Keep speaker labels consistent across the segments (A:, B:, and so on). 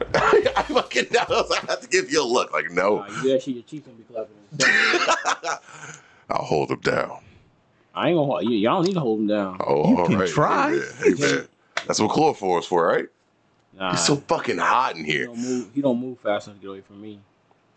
A: I fucking know. I was like, I have to give you a look. Like, no.
B: Nah, you better see your cheeks gonna be clapping.
A: I'll hold him down.
B: I ain't gonna hold you. Y'all need to hold him down.
A: Oh,
C: You
A: all
C: can
A: right.
C: try.
A: Hey, man. Hey, man. That's what chloroform is for, right?
B: Nah,
A: It's so
C: Uh-huh.
A: fucking hot in
B: he
A: here.
B: don't move. He don't move fast enough to get away from me.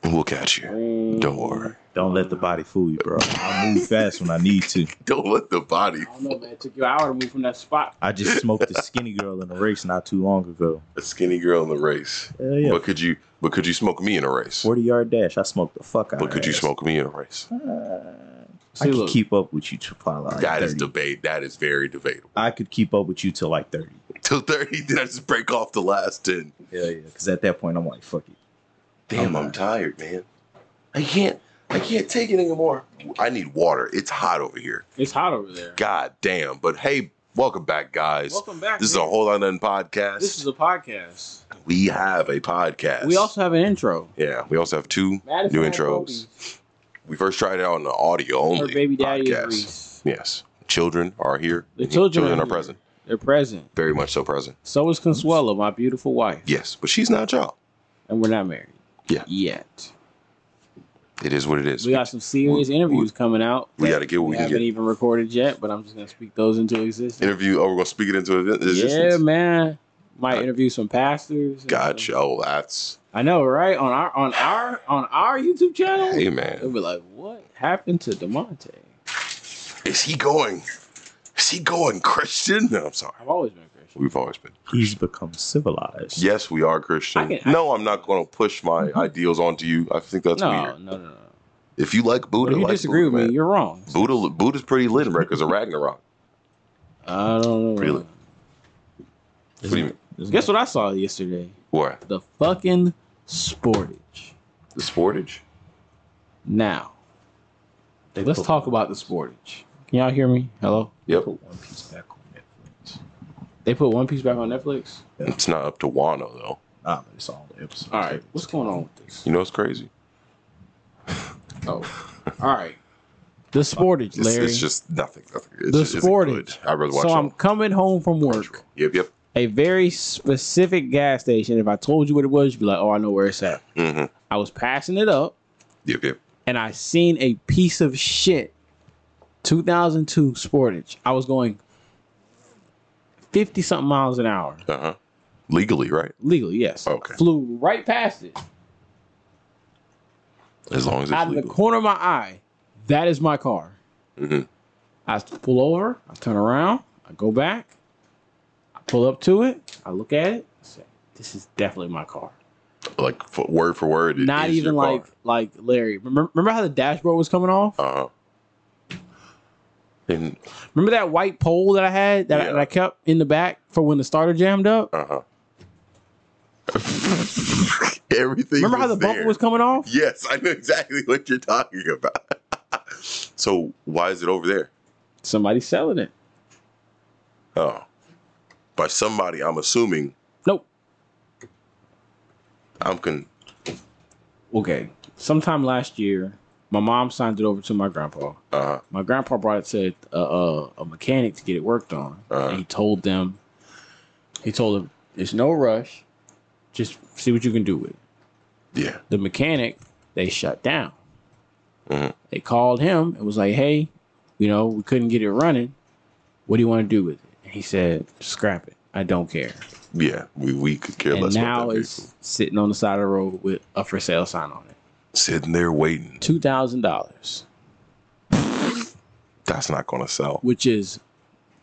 A: We'll catch you. Don't worry.
C: Don't let the body fool you, bro. I move fast when I need to.
A: Don't let the body.
B: I don't know, man. It took you an hour to move from that spot.
C: I just smoked a skinny girl in a race not too long ago.
A: A skinny girl in the race.
C: Hell yeah.
A: But could you? But could you smoke me in a race?
C: 40 yard dash. I smoked the fuck out
A: But
C: of
A: could
C: her
A: you
C: ass.
A: smoke me in a race?
C: I
B: See,
C: could
B: look,
C: keep up with you to probably like
A: That is
C: 30.
A: debate. That is very debatable.
C: I could keep up with you till like 30.
A: Till thirty, then I just break off the last ten.
C: Yeah, yeah. Because at that point, I'm like, fuck it.
A: Damn, I'm tired, man. I can't. I can't take it anymore. I need water. It's hot over here.
B: it's hot over there.
A: God damn. But hey, welcome back, guys.
B: Welcome back.
A: This is a
B: man.
A: whole lot nothing podcast.
B: This is a podcast.
A: we have a podcast.
B: We also have an intro.
A: yeah. We also have two
B: Madison
A: new
B: had
A: intros.
B: Kobe.
A: We first tried it out on the audio
B: Her
A: only
B: baby daddy
A: podcast.
B: is Reese.
A: Yes, children are here.
B: The children,
A: are,
B: here.
A: present,
B: They're present.
A: very much so present.
B: So is Consuelo, my beautiful wife.
A: Yes, but she's not a child.
B: And we're not married.
A: Yeah.
B: Yet.
A: It is what it is.
B: We got some serious
A: We-
B: interviews coming out.
A: we
B: that
A: gotta get what we can
B: haven't
A: get.
B: even recorded yet, but I'm just gonna speak those into existence.
A: Interview. Oh, we're gonna speak it into existence.
B: Yeah, man. Might
A: Got-
B: interview some pastors. and
A: Gotcha.
B: some-
A: Oh, that's
B: I know, right? On our on our on our YouTube channel,
A: hey
B: they'll
A: man.
B: be like, "What happened to Demonte?"
A: Is he going? Is he going Christian? No, I'm sorry.
B: I've always been a Christian.
A: We've always been.
C: He's become civilized.
A: Yes, we are Christian.
B: I can- I
A: no, I'm not going to push my ideals onto you. I think that's
B: no,
A: weird.
B: no, no, no.
A: If you like
B: But
A: Buddha,
B: if you
A: like
B: disagree
A: Buddha,
B: with
A: man.
B: me, you're wrong.
A: Buddha, Buddha's pretty lit in records of Ragnarok.
B: I don't know.
A: Really? What
C: Isn't
A: do you
C: it-
A: mean?
C: isn't
B: Guess what I saw yesterday?
A: What?
B: The fucking Sportage.
A: The Sportage?
B: Now,
C: it- they
B: let's
C: put-
B: talk about the Sportage. Can y'all hear me? Hello.
A: Yep.
C: Put One Piece back on Netflix.
B: They put One Piece back on Netflix.
A: It's not up to Wano though.
C: Nah, but it's all the episodes.
B: All right, what's going on with this?
A: You know it's crazy.
B: Oh, all right. The Sportage,
A: It's,
B: Larry.
A: it's just nothing. nothing. It's
B: The
A: just, isn't good.
B: Sportage.
A: I'd rather watch
B: so
A: it
B: I'm
A: on-
B: coming home from work.
A: Yep, yep.
B: A very specific gas station. If I told you what it was, you'd be like, "Oh, I know where it's at."
A: hmm
B: I was passing it up,
A: Yep, yep.
B: and I seen a piece of shit 2002 Sportage. I was going 50 something miles an hour.
A: Uh huh. Legally, right?
B: Legally, yes.
A: Okay.
B: Flew right past it.
A: As long as it's
B: Out of the
A: legal.
B: corner of my eye, that is my car.
A: Mhm.
B: I pull over, I turn around, I go back, I pull up to it, I look at it, I say, this is definitely my car.
A: like for, word for word. it
B: Not
A: is your
B: even like like Larry. Remember, remember how the dashboard was coming off?
A: car. Uh huh. And
B: Remember that white pole that I had that, I,
A: Yeah.
B: that I kept in the back for when the starter jammed up?
A: uh huh. Everything.
B: Remember how the bumper
A: there.
B: was coming off?
A: Yes, I know exactly what you're talking about. so why is it over there?
B: Somebody's selling it.
A: Oh, by somebody. I'm assuming.
B: Nope.
A: I'm con.
B: Okay. Sometime last year, my mom signed it over to my grandpa.
A: Uh huh.
B: my grandpa brought it to uh, uh, a mechanic to get it worked on.
A: Uh-huh.
B: And he told them, he told them, it's no rush. Just see what you can do with it.
A: Yeah.
B: The mechanic, they shut down.
A: Mhm.
B: They called him and was like, hey, you know, we couldn't get it running. What do you want to do with it? And he said, scrap it. I don't care.
A: Yeah. We we could care
B: and
A: less. about
B: now
A: that
B: it's
A: vehicle.
B: sitting on the side of the road with a for sale sign on it.
A: sitting there waiting.
B: $2,000,
A: That's not gonna sell.
B: which is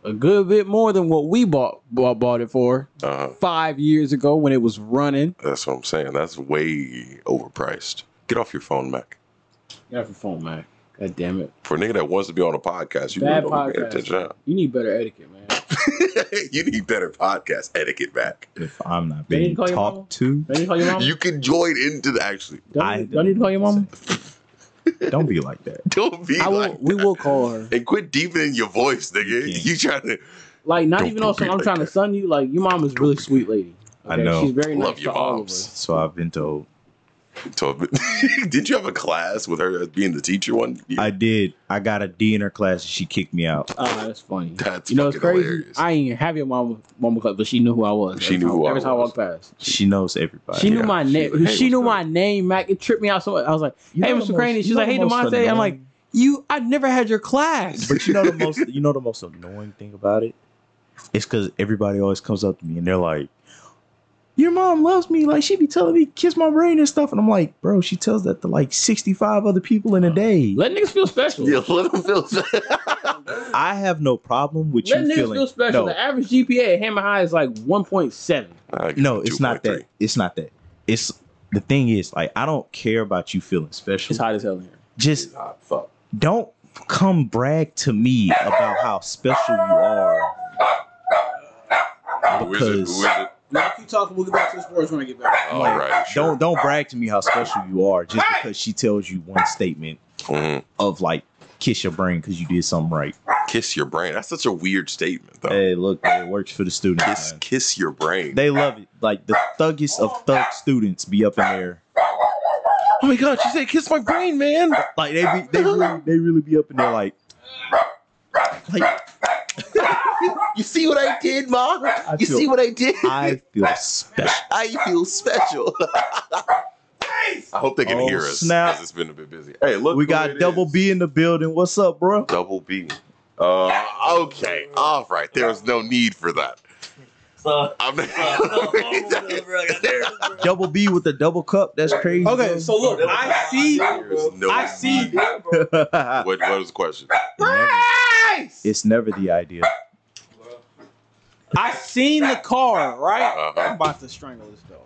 B: a good bit more than what we bought, bought, bought it for.
A: Uh huh.
B: five years ago when it was running.
A: That's what I'm saying. That's way overpriced. Get off your phone, Mac.
B: Get off your phone, Mac. God damn it.
A: For a nigga that wants to be on a podcast, you
B: Bad
A: really don't pay
B: podcast.
A: attention. huh?
B: You need better etiquette, man.
A: you need better podcast etiquette, Mac.
C: If I'm not
B: They
C: being
B: didn't call your mama?
C: talked to,
B: Don't you call your mom?
A: You can join into the actually.
B: don't,
C: I-
B: don't you call your mom?
C: don't be like that.
A: Don't be
B: I will.
A: like
B: we
A: that.
B: will call her.
A: And quit deepening your voice, nigga.
C: You can't.
A: You trying to
B: Like not
A: Don't
B: even on
A: be
B: some. I'm
A: like
B: trying to
A: that.
B: sun you. Like your mom is really sweet lady.
C: I know.
B: She's very nice
A: love
B: to
A: your
B: all of
A: moms.
B: us.
C: So I've been told.
A: So, did you have a class with her as being the teacher one? year?
C: I did. I got a D in her class and she kicked me out.
B: Oh, that's funny.
A: That's
B: you know, it's
A: fucking
B: crazy.
A: hilarious.
B: I ain't even have your mama mama class, but she knew who I was.
A: She
B: every
A: knew
B: time,
A: who I
B: every time I
A: was.
B: walked past.
C: She knows everybody.
B: She knew
A: Yeah,
B: my
A: she
B: name.
A: was like, "Hey,
B: she
A: what's
B: knew
A: up?"
B: my name, Mac. It tripped me out so much. I was like, "Hey, Mr. Crane." She's like, "Hey, Demonte." I'm like, "You? I never had your class."
C: But you know the most you know the most annoying thing about it? It's cause everybody always comes up to me and they're like, Your mom loves me. Like she be telling me kiss my brain and stuff. And I'm like, bro, she tells that to like 65 other people in a day.
B: Let niggas feel special.
A: yeah, let them feel.
C: I have no problem with
B: Let
C: you
B: niggas
C: feeling
B: feel special.
C: No,
B: The average GPA at Hammer High is like 1.7.
A: I give
C: no
A: it
C: it's
A: 2.3.
C: not that. It's not that. It's the thing is, like, I don't care about you feeling special.
B: It's hot as hell in here.
C: Just
A: Ah, fuck.
C: don't come brag to me about how special you are.
A: Who is it? Who is it?
B: Now keep talking. We'll get back to the sports when I get back.
A: All
C: Like,
A: right, sure.
C: Don't don't brag to me how special you are just because she tells you one statement
A: Mhm.
C: of like kiss your brain because you did something right.
A: Kiss your brain. That's such a weird statement, though.
C: Hey, look, man, it works for the students.
A: Kiss,
C: man.
A: kiss your brain.
C: They love it. Like the thuggest of thug students be up in there.
A: oh my god, she said, "Kiss my brain, man."
C: Like they be, they really they really be up in there like like
A: You see what I did, ma?
C: I feel-
A: what I did?
C: I feel special.
A: I feel special. I hope they can
C: Oh,
A: hear us.
C: snap.
A: 'cause It's been a bit busy. Hey, look,
C: We
A: who
C: got
A: it
C: double
A: is.
C: B in the building. What's up, bro?
A: Double B. Uh, okay, all right. There was no need for that.
D: So,
A: I'm
C: Double B with the double cup. That's crazy.
B: Okay, so look, I see.
A: There's no
B: I see.
A: need. What, what was the question?
C: it's never the idea.
B: I seen the car, right? I'm
A: Uh-huh.
B: about to strangle this dog.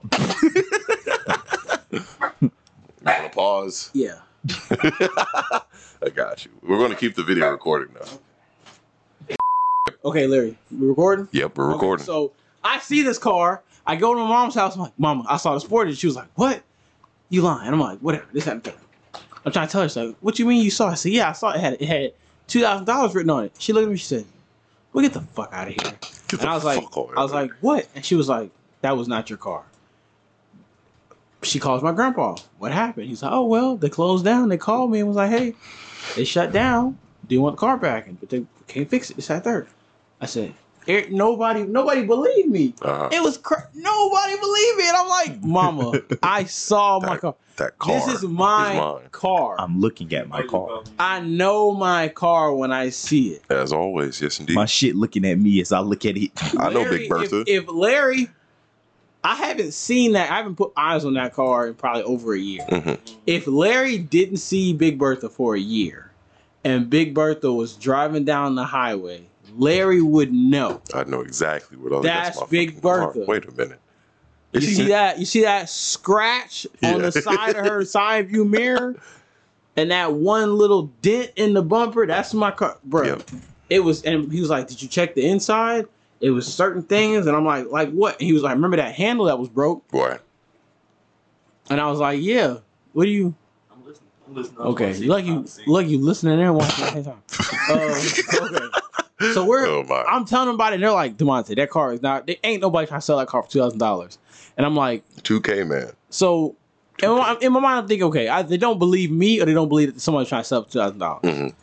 A: You want to pause?
B: Yeah.
A: I got you. We're going to keep the video recording now.
B: Okay, Larry, we recording?
A: Yep, we're
B: Okay,
A: recording.
B: so I see this car. I go to my mom's house. I'm like, Mama, I saw the sport. And she was like, What? You lying? I'm like, Whatever. This happened. I'm trying to tell her. She's like, What you mean you saw it? I said, Yeah, I saw it. It had, it had $2,000 written on it. She looked at me. She said, Well, get the fuck out of here.
A: Get
B: And
A: the
B: I was like,
A: fuck over
B: I was
A: here.
B: like, What? And she was like, That was not your car. She calls my grandpa. What happened? He's like, Oh, well, they closed down. They called me and was like, Hey, they shut down. Do you want the car back? And, but they can't fix it. It's that third. I said, "Eric, nobody, nobody believed me.
A: Uh-huh.
B: It was cra- nobody believed me. And I'm like, Mama, I saw my car.
A: that car.
B: This is my
A: mine.
B: car.
C: I'm looking at my car.
B: I know my car when I see it.
A: As always, yes indeed.
C: My shit looking at me as I look at it.
A: I know Big
B: Larry, if-
A: Bertha.
B: If, Larry, I haven't seen that. I haven't put eyes on that car in probably over a year.
A: Mhm.
B: If Larry didn't see Big Bertha for a year, and Big Bertha was driving down the highway, Larry would know.
A: I know exactly what. I was-
B: That's
A: my
B: Big
A: fucking car.
B: Bertha.
A: Wait a minute.
B: You
A: Is
B: see
A: he-
B: that? You see that scratch on
A: Yeah.
B: the side of her side view mirror, and that one little dent in the bumper. That's my car, bro.
A: Yep.
B: It was, and he was like, "Did you check the inside?" It was certain things, and I'm like, "Like what?" And he was like, "Remember that handle that was broke?"
A: Boy,
B: And I was like, "Yeah." What do you?
D: I'm listening. I'm listening.
B: Okay, like you, like you listening there and watching at the same time. Um, okay, so we're
A: oh my!
B: I'm telling them about it. And they're like, "Demonte, that car is not. There ain't nobody trying to sell that car for two thousand dollars." And I'm like.
A: Two K man.
B: So in my, in my mind, I'm thinking, okay, I, they don't believe me, or they don't believe that someone's trying to sell two thousand dollars.
A: Mhm.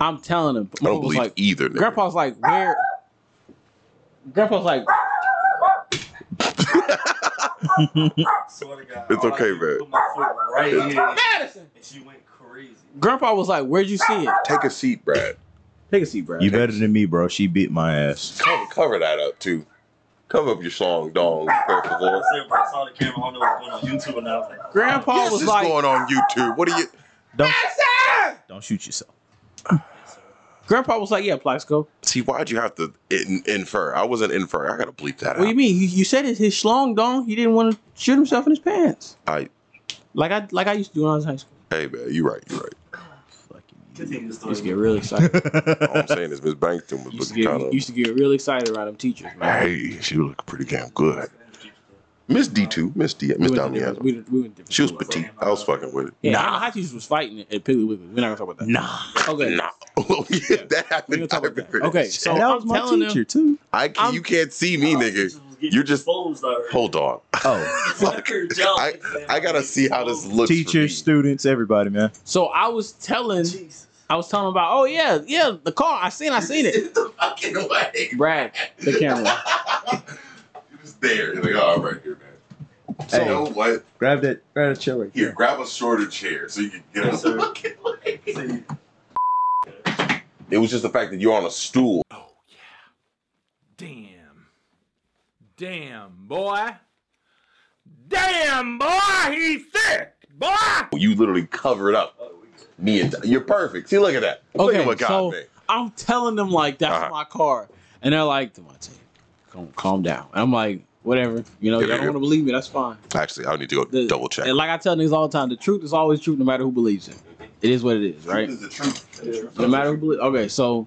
B: I'm telling them.
A: I
B: My
A: don't
B: was
A: believe
B: like,
A: either. Nigga.
B: Grandpa's like, where? Grandpa's like,
A: It's okay, man.
D: Put my foot right here,
B: Madison.
D: and she went crazy.
B: Grandpa was like, where'd you see it?
A: Take a seat, Brad.
B: Take a seat, bro.
C: You better than me, bro. She beat my ass.
A: Cover, cover that up too. Cover up your song, dong. Por
D: I
A: favor.
D: said, bro, I saw the camera. I don't know what's going on YouTube, and I was like,
B: Grandpa
A: Yes,
B: was
A: it's
B: like,
A: going on YouTube. What are you?
C: Don't don't shoot yourself.
B: Grandpa was like, yeah, Plaxico.
A: See, why'd you have to in, infer? I wasn't infer. I gotta bleep that
B: What do you
A: out.
B: mean? You, you said it's his schlong dong. He didn't want to shoot himself in his pants.
A: I,
B: Like I, like I used to do when I was in high school.
A: hey man, you right, you right.
D: continue the story.
B: Used to get really excited.
A: All I'm saying is Miss Bankston was
B: used, to
A: looking kind
B: get,
A: of.
B: used to get really excited around them teachers, man.
A: Hey, she was looking pretty damn good. Miss D two, Miss D, Miss
B: We went to different-
A: Damiano.
B: we went- we went to different
A: She was
B: schools.
A: petite. I was fucking with it.
B: Yeah, nah. high teachers was fighting at Piggly Wiggly. We're not gonna talk about that.
C: Nah.
B: Okay,
A: Nah, oh, yeah, that
B: we're gonna
A: happened. I
B: talk about
A: remember
B: that.
A: that
B: Okay,
A: shit.
B: so
C: that
B: I'm
C: was my
B: telling
C: teacher too.
A: I can,
B: I'm-
A: you can't see me, nigga.
D: getting
A: You're just-
D: exposed already.
A: Hold on.
C: Oh,
A: Fuck.
D: Your job
A: I,
D: is that
A: I gotta
D: big.
A: see how
D: Oh,
A: this looks. for me.
C: teachers, students, everybody, man.
B: So I was telling,
D: Jesus.
B: I was telling about, oh yeah, yeah, the car. I seen, I seen it.
A: the fucking way.
B: Brad, the camera.
A: it was there in the yard right here, man. So,
C: Hey.
A: you know what?
C: Grab that, grab that chair right
A: Here, grab a shorter chair so you can get
D: Yes,
A: out the
D: sir.
A: fucking way.
D: See,
A: It was just the fact that you're on a stool.
E: Oh yeah. Damn. Damn, boy. Damn, boy, he's thick, boy.
A: You literally covered up. Me and you're perfect. See, look at that. Look
B: Okay,
A: at what God
B: so-
A: made.
B: I'm telling them like that's
A: Uh-huh.
B: my car, and they're like, Devontae, calm, calm down. And I'm like, whatever, you know,
A: Yeah,
B: y'all don't
A: yeah.
B: want to believe me, that's fine.
A: Actually, I need to go
B: The-
A: double check.
B: And like I tell niggas all the time, the truth is always true, no matter who believes it. It is what it is, right?
A: This is the truth.
D: Yeah.
B: No matter who believes. Okay, so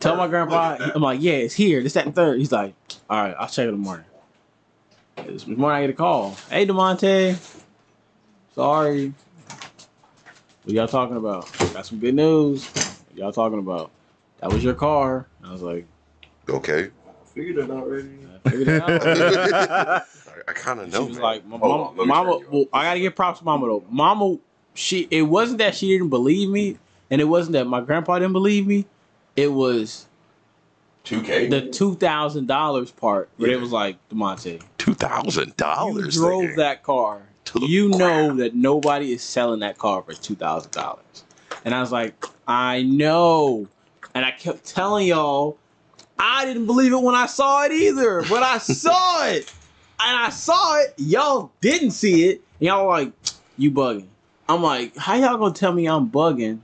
B: tell my grandpa. I'm like, yeah, it's here. This, that, and third. He's like, all right, I'll check it in the morning. This morning I get a call. Hey, Demonte. Sorry. What y'all talking about? Got some good news. What y'all talking about? That was your car. And I was like,
A: Okay.
D: I figured it already.
B: I figured it out.
C: here.
A: I, I kind of
B: She
A: know.
B: was
A: man.
B: like, my
A: Hold
B: mama,
A: on, let me
B: mama
A: turn you Mm-hmm.
B: well,
A: up.
B: I gotta give props to mama though. Mama, she, it wasn't that she didn't believe me, and it wasn't that my grandpa didn't believe me. It was
A: 2K?
B: the two thousand dollars part where
A: Yeah.
B: it was like, Demonte, you
A: $2,000.
B: drove
A: nigga.
B: that car.
A: To the
B: You know
A: ground.
B: that nobody is selling that car for two thousand dollars. And I was like, I know, and I kept telling y'all, I didn't believe it when I saw it either. But I saw it, and I saw it. Y'all didn't see it, and y'all were like, you bugging. I'm like, how y'all gonna tell me I'm bugging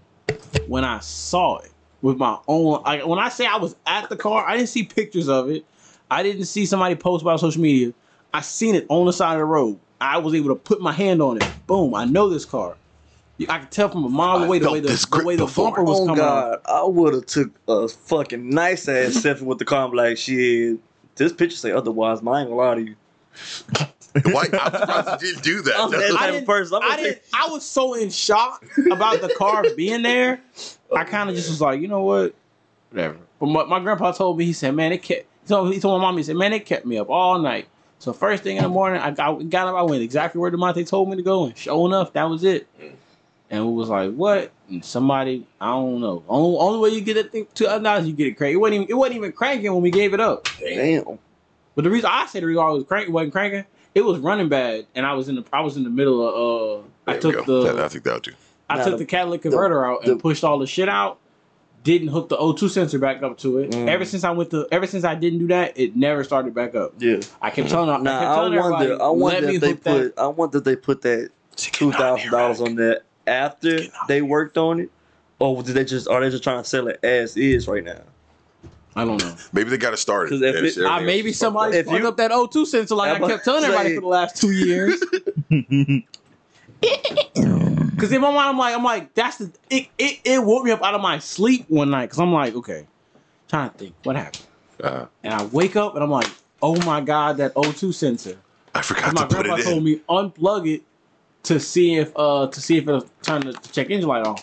B: when I saw it with my own? Like when I say I was at the car, I didn't see pictures of it. I didn't see somebody post about it on social media. I seen it on the side of the road. I was able to put my hand on it. Boom! I know this car. I could tell from a mile
A: I
B: away the
A: felt
B: way the,
A: this
B: the
A: grip
B: way the
A: before.
B: bumper was
D: oh
B: coming off.
D: God, I would have took a fucking nice ass selfie with the car. I'm like, shit, this picture say otherwise. Man, I ain't gonna lie to you.
A: Why? I'm surprised you didn't do that.
D: I'm that
A: That's-
B: Oh, I
D: type
B: didn't-
D: of person. I'm
B: I
D: gonna
B: didn't. I was so in shock about the car being there. I kind of just was like, you know what, whatever. But my, my grandpa told me he said, man, it kept. So he told my mom he said, man, it kept me up all night. So first thing in the morning, I got, got up. I went exactly where Demonte told me to go, and sure enough, that was it. And we was like, what? And somebody, I don't know. Only, only way you get that thing to dollars, you get it crank. It wasn't even, it wasn't even cranking when we gave it up.
D: say, Damn.
B: But the reason I say the reason I was crank wasn't cranking, it was running bad, and I was in the I was in the middle of uh I
A: There we
B: took
A: go.
B: the
A: That- I think that'll do.
B: I
D: Nah,
B: took
D: the-
B: the, catalytic converter out and
D: the-
B: pushed all the shit out. Didn't hook the O2 sensor back up to it.
D: Mm.
B: Ever since I went to ever since I didn't do that, it never started back up.
D: Yeah.
B: I kept telling I kept
D: Nah, I
B: telling everybody,
D: wonder. I wonder
B: let me
D: if they
B: hook that.
D: put. I wonder if they put that two thousand dollars on that after they worked on it, or did they just? Are they just trying to sell it as is right now?
B: I don't know.
A: Maybe they got it started.
D: 'Cause if
A: And
D: it-
A: everything
B: I
A: else
B: maybe
A: is fucked
B: somebody
A: up.
D: If
B: fucked
D: you-
B: up that O2 sensor like
D: I'm
B: I
D: about
B: kept telling
D: to
B: everybody
D: say-
B: for the last two years. Because in my mind, I'm like, I'm like, that's the it, it. It woke me up out of my sleep one night because I'm like, okay, trying to think what happened,
A: Uh,
B: and I wake up and I'm like, oh my god, that O2 sensor.
A: I
B: 'Cause
A: forgot
B: My
A: to put
B: grandpa
A: it
B: told
A: in.
B: me unplug it to see if uh to see if it'll turn the check engine light on.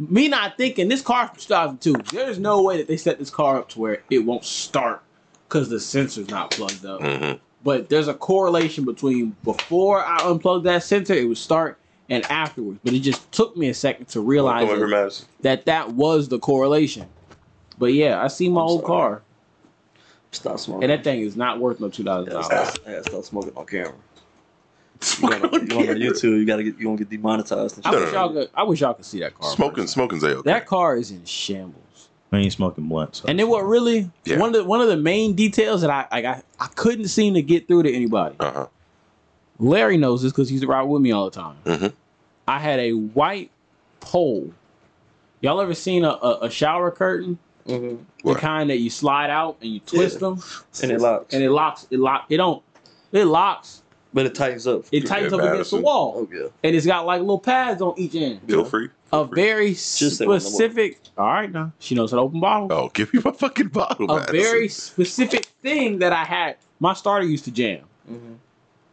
B: Me not thinking this car from 2002. There's no way that they set this car up to where it won't start because the sensor's not plugged up
A: Mhm.
B: but there's a correlation between before I unplugged that sensor, it would start, and afterwards. But it just took me a second to realize
A: Don't ever
B: that
A: matter.
B: that, was the correlation. But yeah, I see my
D: I'm
B: old
D: sorry.
B: car,
D: Stop smoking.
B: and that thing is not worth no two thousand
D: Yeah,
B: dollars.
D: stop, yeah, stop smoking on camera. You gotta- you on YouTube. You gotta get. You gonna get demonetized. And
B: I
D: shit.
A: No,
B: wish
A: no,
B: y'all could. I wish y'all could see that car.
A: Smoking, smoking's a okay.
B: That car is in shambles.
C: I ain't smoking blunt. So.
B: And then what really
A: Yeah.
B: one of the one of the main details that I I got, I couldn't seem to get through to anybody.
A: Uh huh.
B: Larry knows this because he's right with me all the time.
A: Mhm.
B: I had a white pole. Y'all ever seen a, a, a shower curtain?
D: Mhm.
A: What?
B: The kind that you slide out and you twist them,
D: And it locks.
B: and it locks. It lock. It don't. It locks.
D: but it tightens up.
B: It tightens up against the
A: Madison.
B: wall,
D: oh yeah.
B: and it's got like little pads on each end.
A: Feel free.
B: A
A: free.
B: very
D: say one more.
B: specific. All right, now she knows how to open bottle.
A: Oh, give me my fucking bottle,
B: a
A: Madison.
B: very specific thing that I had. My starter used to jam.
D: Mhm.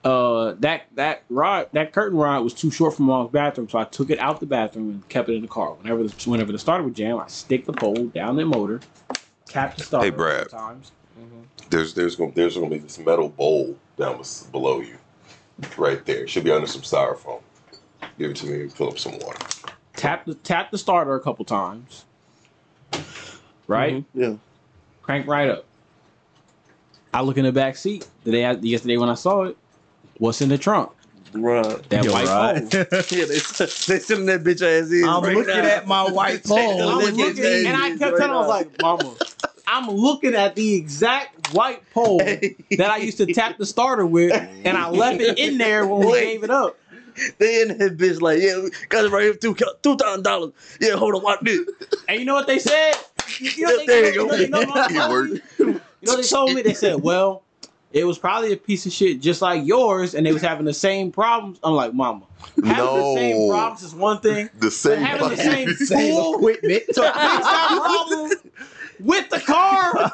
B: uh that that rod that curtain rod was too short for mom's bathroom, so I took it out the bathroom and kept it in the car. Whenever the whenever the starter would jam, I stick the pole down the motor, tap the starter.
A: Brad.
B: a couple times,
A: There's there's gonna there's gonna be this metal bowl down bes- below you, right there. It Should be under some styrofoam. Give it to me and fill up some water.
B: Tap the tap the starter a couple times. Right,
D: Yeah.
B: crank right up. I look in the back seat today. Yesterday when I saw it, what's in the trunk?
D: Right.
B: That
C: You're
B: white
C: right.
B: phone.
D: Yeah, they, they sitting that bitch ass in.
C: I'm
D: right
C: looking
D: now.
C: at my white pole.
B: I was
D: Look at
B: looking,
D: that
B: and I
D: shit
B: kept telling, her, I was
D: right
B: like, "Mama, I'm looking at the exact white pole that I used to tap the starter with, and I left it in there when we
D: Wait.
B: gave it up."
D: They in that bitch like, yeah, we got it right here, two two thousand dollars. Yeah, hold on, watch this.
B: And you know what they said? You know, what
D: There
B: they,
D: you
B: you know,
D: go.
B: you know, what
A: It
B: told me?
A: worked.
B: You know what they told me? They said, "Well, it was probably a piece of shit just like yours, and they was having the same problems." I'm like, "Mama, having the same
A: No.
B: problems is one thing."
A: The
B: But
A: same.
B: having the
A: fucking-
B: same tool
C: equipment.
B: to fix that problem with the car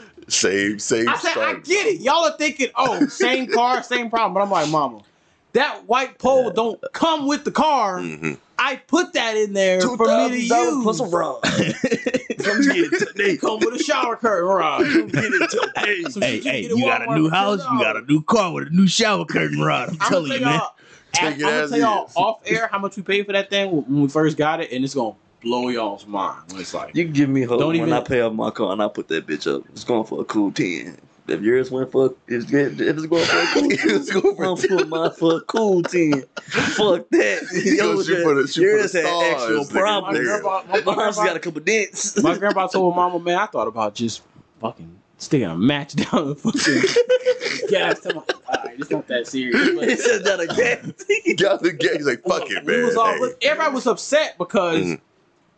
A: same same.
B: I said, I
A: starter.
B: get it. Y'all are thinking, oh, same car, same problem. But I'm like, mama, that white pole don't come with the car.
A: Mhm.
B: I put that in there
D: Two
B: for me to
D: thousand dollars
B: use.
D: plus a rod.
B: Come get it today. Come with a shower curtain, Rob.
D: Get it today.
B: Some
C: Hey,
B: shit
C: hey,
B: get
C: you
B: at
C: got
B: Walmart
C: a new
B: for
C: house, you
B: $10.
C: got a new car with a new shower curtain rod. I'm,
B: I'm
C: telling you, man.
B: I'm
A: Take it
B: gonna
A: as
B: tell y'all
A: is.
B: off air how much we paid for that thing when we first got it, and it's gonna blow y'all's mind. When it's like,
D: You can give me hope
B: Don't
D: when
B: even-
D: I pay off my car and I put that bitch up. It's going for a cool ten. If yours went for if it's if it's going for a cool ten,
A: It's going for
D: I'm putting mine for a cool ten. Fuck that.
A: You know, she
D: Yours-
A: put a- she put a
D: yours had
A: star
D: actual
A: as nigga
B: my
A: there.
D: problems.
B: grandpa, my, my
D: Mine's
B: grandpa-
D: got a couple dents.
B: my grandpa told mama, man, I thought about just fucking sticking a match down the fucking gas. tank." I'm like, all right, it's not that serious. but-
D: it's just not a
A: He
D: gas.
A: got the gate. He's like, fuck it,
B: We
A: man.
B: was all,
A: Hey,
B: look, everybody was upset because
A: Mhm.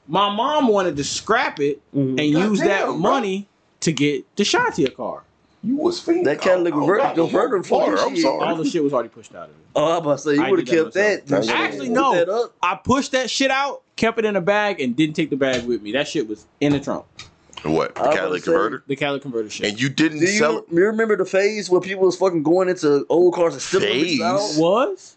B: my mom wanted to scrap it and use
A: Mm-hmm.
B: that
A: Goddamn, bro.
B: money to get Deshanti a car.
A: you was fiending.
D: That Cadillac
A: Oh, oh,
D: converter-
A: God,
D: converter for
A: water,
D: you.
A: I'm
B: All
A: sorry.
B: the shit was already pushed out of it.
D: Oh, I'm about to say you
B: I
D: would have
B: did that
D: kept that.
A: myself.
D: Shit,
B: Actually,
D: put
B: no.
D: that up.
B: I pushed that shit out, kept it in a bag, and didn't take the bag with me. That shit was in the trunk.
A: What? The
D: I was
A: Cadillac
D: gonna say-
A: converter?
B: The Cadillac converter shit.
A: And you didn't
D: Do you,
A: sell it.
D: you remember the phase where people was fucking going into old cars and stealing
A: Phase?
D: them bitches out?
B: was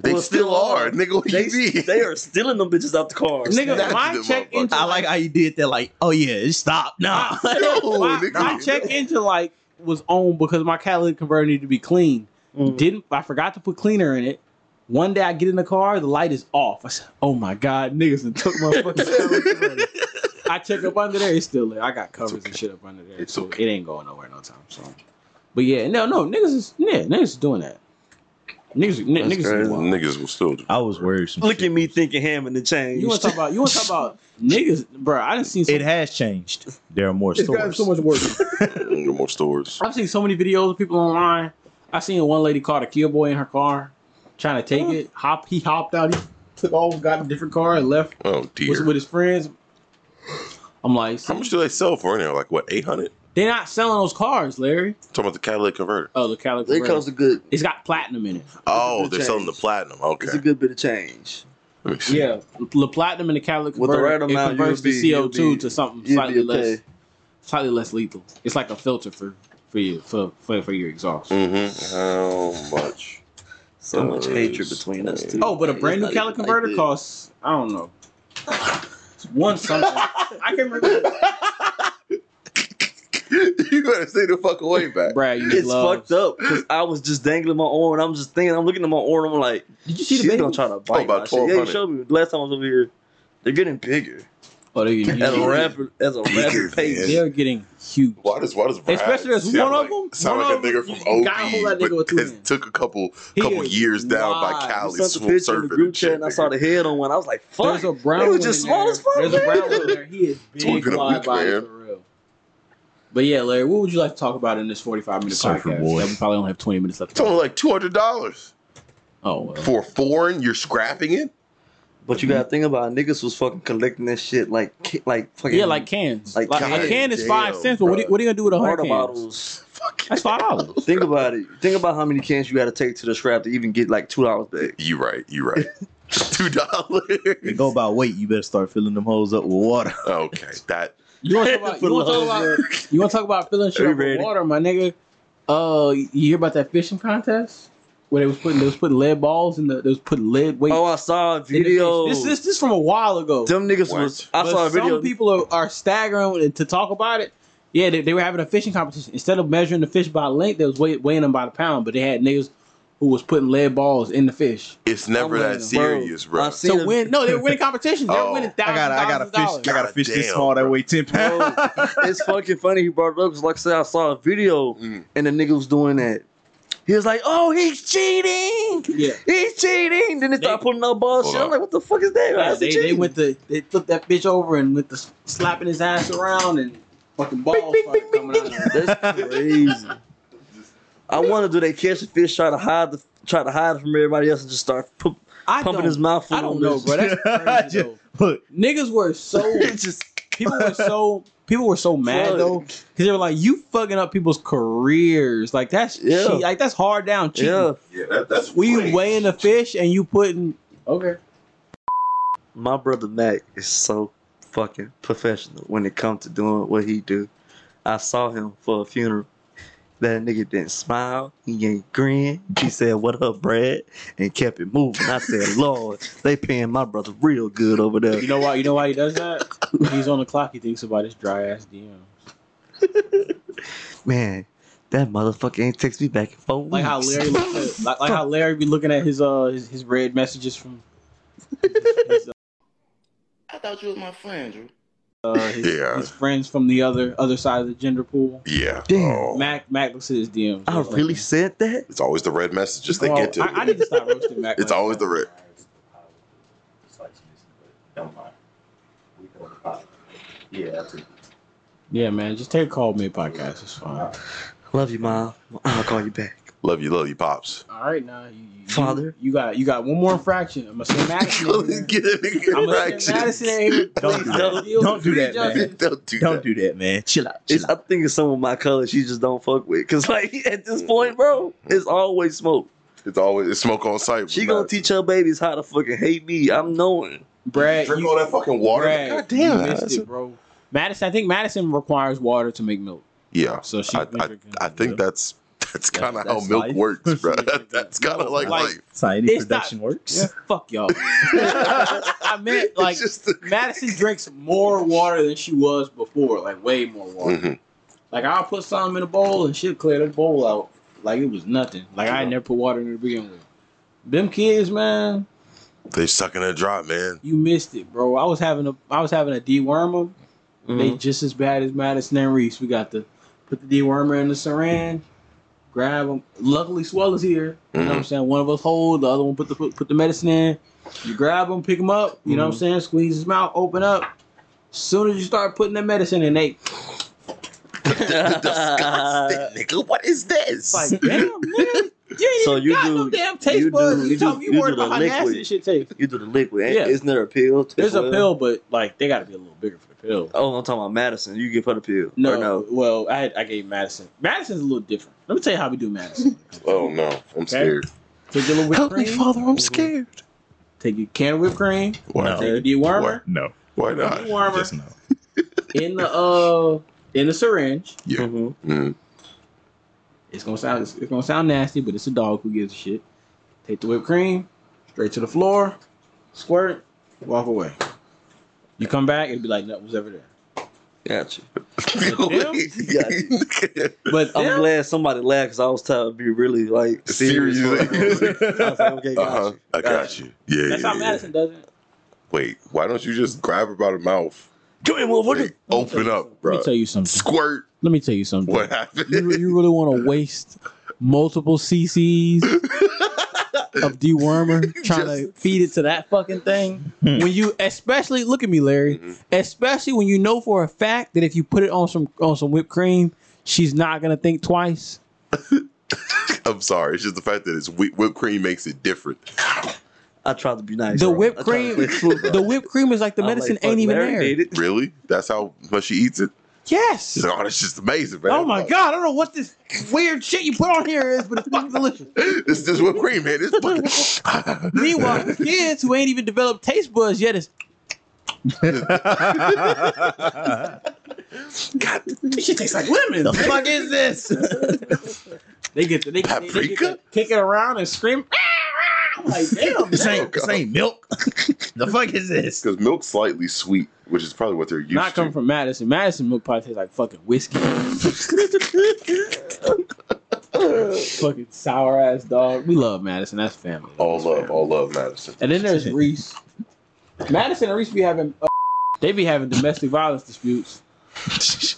A: They
D: Well,
A: still are, nigga. What
D: They,
A: you mean?
D: they are stealing them bitches out the cars.
B: nigga
A: Snatched
B: my
A: them
B: check
A: motherfuckers.
B: into
C: I like how you did that. Like, oh yeah, it stopped. Nah,
A: No,
B: my,
A: nigga.
B: my check into like was on because my Cadillac converter needed to be clean.
D: Mm.
B: didn't I forgot to put cleaner in it. One day I get in the car, the light is off. I said, "Oh my god, niggas and took my fucking Cadillac converter." I check up under there, it's still there. I got covers and shit up under there,
A: It's
B: so
A: okay.
B: it ain't going nowhere no time. So, but yeah, no, no, niggas is yeah, niggas is doing that. Niggas, n-
D: That's
B: niggas is
D: crazy.
B: wild.
A: Niggas will still do.
C: I was worried. Some
D: Look
C: shit
D: at me
C: was-
D: thinking ham in the chain.
B: You want to talk about? You want to talk about niggas, bro? I didn't see so,
C: It has changed. There are more
B: it's gotten
C: stores.
B: so much worse.
A: No more stores.
B: I've seen so many videos of people online. I seen one lady caught a kill boy in her car, trying to take it. Hop, he hopped out. He took off, got in a different car, and left
A: Oh
B: with,
A: dear.
B: with his friends. I'm like,
A: How much do they sell for in there? Like what? Eight hundred.
B: they're not selling those cars, Larry.
A: Talking about the Cadillac converter.
B: Oh, the Calico.
D: it costs a good.
B: It's got platinum in it.
A: Oh,
D: good
A: they're
D: change.
A: selling the platinum. Okay.
D: It's a good bit of change.
A: Let me see.
B: Yeah, the platinum and the Calico
D: With the
B: converter,
D: right amount,
B: it converts
D: you'll be-
B: the
D: you'll
B: CO2
D: be-
B: to something
D: you'll be
B: slightly
D: okay.
B: less, slightly less lethal. It's like a filter for for you for for, for your exhaust.
D: Mm.
A: Mm-hmm. How much? Oh,
D: So much hatred between us two.
B: Oh, but a brand new
D: It's not
B: Cali
D: even
B: converter
D: like this.
B: costs I don't know. It's One something. I can remember.
A: you gotta stay the fuck away, back.
B: Brad, you
D: It's
B: love.
D: fucked up because I was just dangling my arm. And I'm just thinking. I'm looking at my arm. I'm like,
B: Did you see
D: she's
B: the
D: gonna
B: baby?
D: try to bite.
A: Oh, about
D: my shit. Yeah, you
A: 1200.
D: showed me last time I was over here. They're getting bigger
B: Oh, they're getting
D: as a
B: huge.
D: rapid as a
A: Bigger,
D: rapid pace.
A: man.
B: They're getting huge.
A: Why does why does Brad
B: Especially there's
A: sound
B: one
A: like-
B: of them-
A: Sound
B: one
A: like
B: of
A: a nigga
B: them-
A: from
B: you gotta hold that
A: OB,
B: nigga with
A: but
B: two
A: it
B: hands.
A: took a couple
B: He
A: couple
B: is
A: years down by
B: wild.
A: Cali
D: You sent the picture in the
A: surfing
D: group
A: and
D: chat
A: shit.
D: and I saw the head on one. I was like, fuck.
B: There's a brown
D: They
B: one.
D: was just
B: in there.
D: small as fuck,
B: There's a
D: man.
B: brown one in there. He is big
A: Talking about
B: fly by
A: man.
B: for real. But yeah, Larry, what would you like to talk about in this 45 minute
C: Surfer
B: podcast?
C: boy.
B: That we probably only have 20 minutes left.
A: It's only like two hundred dollars
B: Oh, well.
A: for foreign. You're scrapping it.
D: But you gotta think about it, niggas was fucking collecting this shit like ki- like fucking
B: Yeah, like cans. Like,
D: Like
B: a
A: cans.
B: can is
A: Damn,
B: five cents, but what are,
A: bruh.
B: what are you going to do with a
D: water
B: hundred cans?
D: bottles.
A: Fuck
B: That's five dollars.
D: Think about it. Think about how many cans you gotta take to the scrap to even get like two dollars back.
A: You right. You right. Two
C: They
A: dollars.
C: go by weight. You better start filling them holes up with water.
A: Okay, that
B: You want to talk about,
D: For
B: you wanna talk
D: love,
B: about, you wanna talk about filling shit
D: Are you
B: up with
D: ready?
B: water, my nigga? Uh, you hear about that fishing contest where they was putting they was putting lead balls in the they was putting lead weight.
D: Oh, I saw a
B: in the fish.
D: video.
B: This this this from a while ago.
D: Them niggas
A: What?
D: was. I
B: But
D: saw a video.
B: Some people are, are staggering to talk about it Yeah, they, they were having a fishing competition. Instead of measuring the fish by length, they was weigh, weighing them by the pound. But they had niggas who was putting lead balls in the fish.
A: It's never
B: winning,
A: that
B: bro.
A: serious, bro.
D: I see
B: So
D: them-
B: win? No, they were winning competitions. They were
A: Oh.
B: winning
C: I
B: thousands
C: got I got a
B: of dollars.
C: fish I got a fish this
A: Goddamn,
C: small that
A: bro.
C: weigh ten
D: Bro,
C: pounds.
D: it's fucking funny he brought it up because, like I said, I saw a video
A: Mm.
D: and the nigga was doing that. He was like, "Oh, he's cheating!
B: Yeah.
D: He's cheating!" Then they
B: They-
D: started putting up balls.
A: Hold
D: Shit. I'm
A: on.
D: like, "What the fuck is that?
B: Yeah,
D: How's he
B: they, they
D: cheating?"
B: went to they flipped that bitch over and went to s- slapping his ass around and fucking balls
D: bing,
B: started
D: bing,
B: coming
D: bing,
B: out.
D: bing.
B: of him.
D: That's crazy. I wonder do they catch the fish, try to hide the, try to hide it from everybody else, and just start pu-
B: I
D: pumping
B: don't,
D: his mouth. full
B: I don't
D: of
B: know,
D: this.
B: bro. That's crazy. though.
C: Look,
B: Niggas were so
C: it's just
B: people were so people were so mad
D: Flood.
B: though because they were like, "You fucking up people's careers. Like that's
D: Yeah.
B: cheat. Like that's hard down cheating.
D: Yeah,
A: yeah, that, that's
B: We
A: great.
B: weighing a fish and you putting okay.
D: my brother Mac is so fucking professional when it comes to doing what he do. I saw him for a funeral. That nigga didn't smile. He ain't grin. He said, "What up, Brad?" and kept it moving. I said, "Lord, they paying my brother real good over there."
B: You know why? You know why he does that? He's on the clock. He thinks about his dry ass DM.
D: Man, that motherfucker ain't text me back in four
B: Like how
D: weeks.
B: Larry, looks at, like, like how Larry be looking at his uh his, his red messages from
F: I thought you was my friend, Drew.
B: uh, his,
A: Yeah.
B: his friends from the other other side of the gender pool.
A: Yeah.
D: Damn.
A: Oh,
B: Mac Mac looks at his DMs.
D: I
B: He's like,
D: really said that.
A: It's always the red messages they
B: "Oh,
A: get to.
B: I, I need to stop roasting Mac.
A: It's
B: like
A: always
B: that."
A: the red.
B: Yeah, man. Just take a call with me podcast. It's fine.
D: Love you, mom. I'll call you back.
A: Love you, love you, pops.
B: All right, now you, you,
D: Father.
B: you got you got one more infraction. I'm gonna send Madison. in here.
A: Get it
B: I'm
A: again,
B: gonna send Madison in here.
C: Don't do that.
B: Please,
C: Don't do
B: free
C: that, man.
B: justice.
A: Don't do
C: don't
A: that.
C: do that, man. Chill out. Chill
D: It's, I
C: out.
D: think it's some of my colors she just don't fuck with. Cause like at this point, bro, it's always smoke.
A: It's always it's smoke on sight.
D: She
A: but
D: gonna
A: not-
D: teach her babies how to fucking hate me. I'm knowing.
B: Brad,
A: Drink
B: you,
A: all that fucking water.
B: Brad,
A: God
B: you
A: damn.
B: missed
A: that's-
B: it, bro. Madison, I think Madison requires water to make milk.
A: Yeah.
B: So she.
A: I, I, I think that's that's
C: Yeah,
A: kind of how
C: that's
A: milk
C: life.
A: works, bro.
B: Yeah.
A: that's kind of like
B: Like-
A: life.
C: That's how any
B: It's not-
C: production works.
B: Yeah, fuck y'all. I meant like
A: it's just the-
B: Madison drinks more water than she was before, like way more water.
A: Mhm.
B: Like I'll put some in a bowl and she'll clear the bowl out like it was nothing. Like I had never put water in it to begin with. Them kids, man,
A: They sucking it dry, man.
B: you missed it, bro. I was having a I was having a dewormer. They
D: Mm-hmm.
B: just as bad as Madison and Reese. We got to put the dewormer in the syringe, grab them. Luckily, Swellers here. You know what I'm saying? One of us hold, the other one put the put, put the medicine in. You grab him, pick him up. You know what I'm saying? Squeeze his mouth, open up. Soon as you start putting that medicine in, they
A: Disgusting, nigga. What is this?
B: It's like, damn, nigga, you
D: So
B: so
D: you
B: you got
D: do-
B: no damn taste
D: you
B: buds.
D: do-
B: you,
D: you do-
B: talk, you,
D: you
B: worried
D: do the
B: about how nasty
D: liquid.
B: this shit tastes.
D: you do the liquid. ain't-
B: Yeah.
D: Isn't there a pill? as
B: There's a
D: well?
B: pill, but like they got to be a little bigger for the pill.
D: Oh, I'm talking about Madison. You give her the pill.
B: No,
D: Or no.
B: well, I had, I gave Madison. Madison's a little different. Let me tell you how we do Madison.
A: oh no, I'm scared.
B: Take your little whipped cream.
C: Father. I'm scared.
B: Take your can of whipped cream.
A: Why?
C: No.
A: not?
B: Take your dewormer.
C: No,
A: Why
B: Put the
A: not?
B: dewormer
C: just no.
B: in the uh in the syringe.
A: Yeah.
D: Mhm.
A: Mm.
B: It's gonna sound it's gonna sound nasty, but it's a dog who gives a shit. Take the whipped cream, straight to the floor, squirt, walk away. You come back, it'd be like nothing was ever there.
D: Gotcha.
B: But
D: I'm
B: them-
D: glad somebody laughed because I was tired to be really like serious.
A: Seriously.
D: I was like, okay, gotcha.
A: Uh-huh. I got you. Yeah.
B: That's
A: yeah,
B: how
A: yeah.
B: Madison does it.
A: Wait, why don't you just grab her by the mouth?
D: Come here, motherfucker.
A: Like, open up, bro.
B: Let me tell you something.
A: Squirt.
B: Let me tell you something.
A: What happened?
B: You, you really want to waste multiple cc's of dewormer trying to feed it to that fucking thing? when you, especially, look at me, Larry.
D: Mm-hmm.
A: Mhm.
B: Especially when you know for a fact that if you put it on some on some whipped cream, she's not gonna think twice.
A: I'm sorry. It's just the fact that it's whi- whipped cream makes it different.
D: I tried to be nice.
B: The
D: bro.
B: whipped
D: I tried to
B: cream-
D: play smooth, bro.
B: The whipped cream is like the
D: I'm like,
B: medicine
D: fuck,
B: ain't even
D: Larry
B: there.
D: did it.
A: Really? That's how much she eats it.
B: Yes.
A: She's like, oh, that's just amazing, man.
B: Oh my
A: Like,
B: god! I don't know what this weird shit you put on here is, but it's fucking delicious.
A: This is whipped cream, man. This fucking.
B: Meanwhile, the kids who ain't even developed taste buds yet is God, this shit tastes like lemon. The fuck is this? they get to they, they, they get
A: Paprika?
B: to kick it around and scream.
C: I'm like, damn, this ain't, this ain't milk. the fuck is this?
A: Because milk's slightly sweet, which is probably what they're used
B: Not
A: to.
B: coming from Madison. Madison milk probably tastes like fucking whiskey. fucking sour ass dog. We love Madison. That's family.
A: all
B: That's
A: love,
B: family.
A: all love, Madison.
B: And then there's Reese. Madison and Reese be having uh, they be having domestic violence disputes.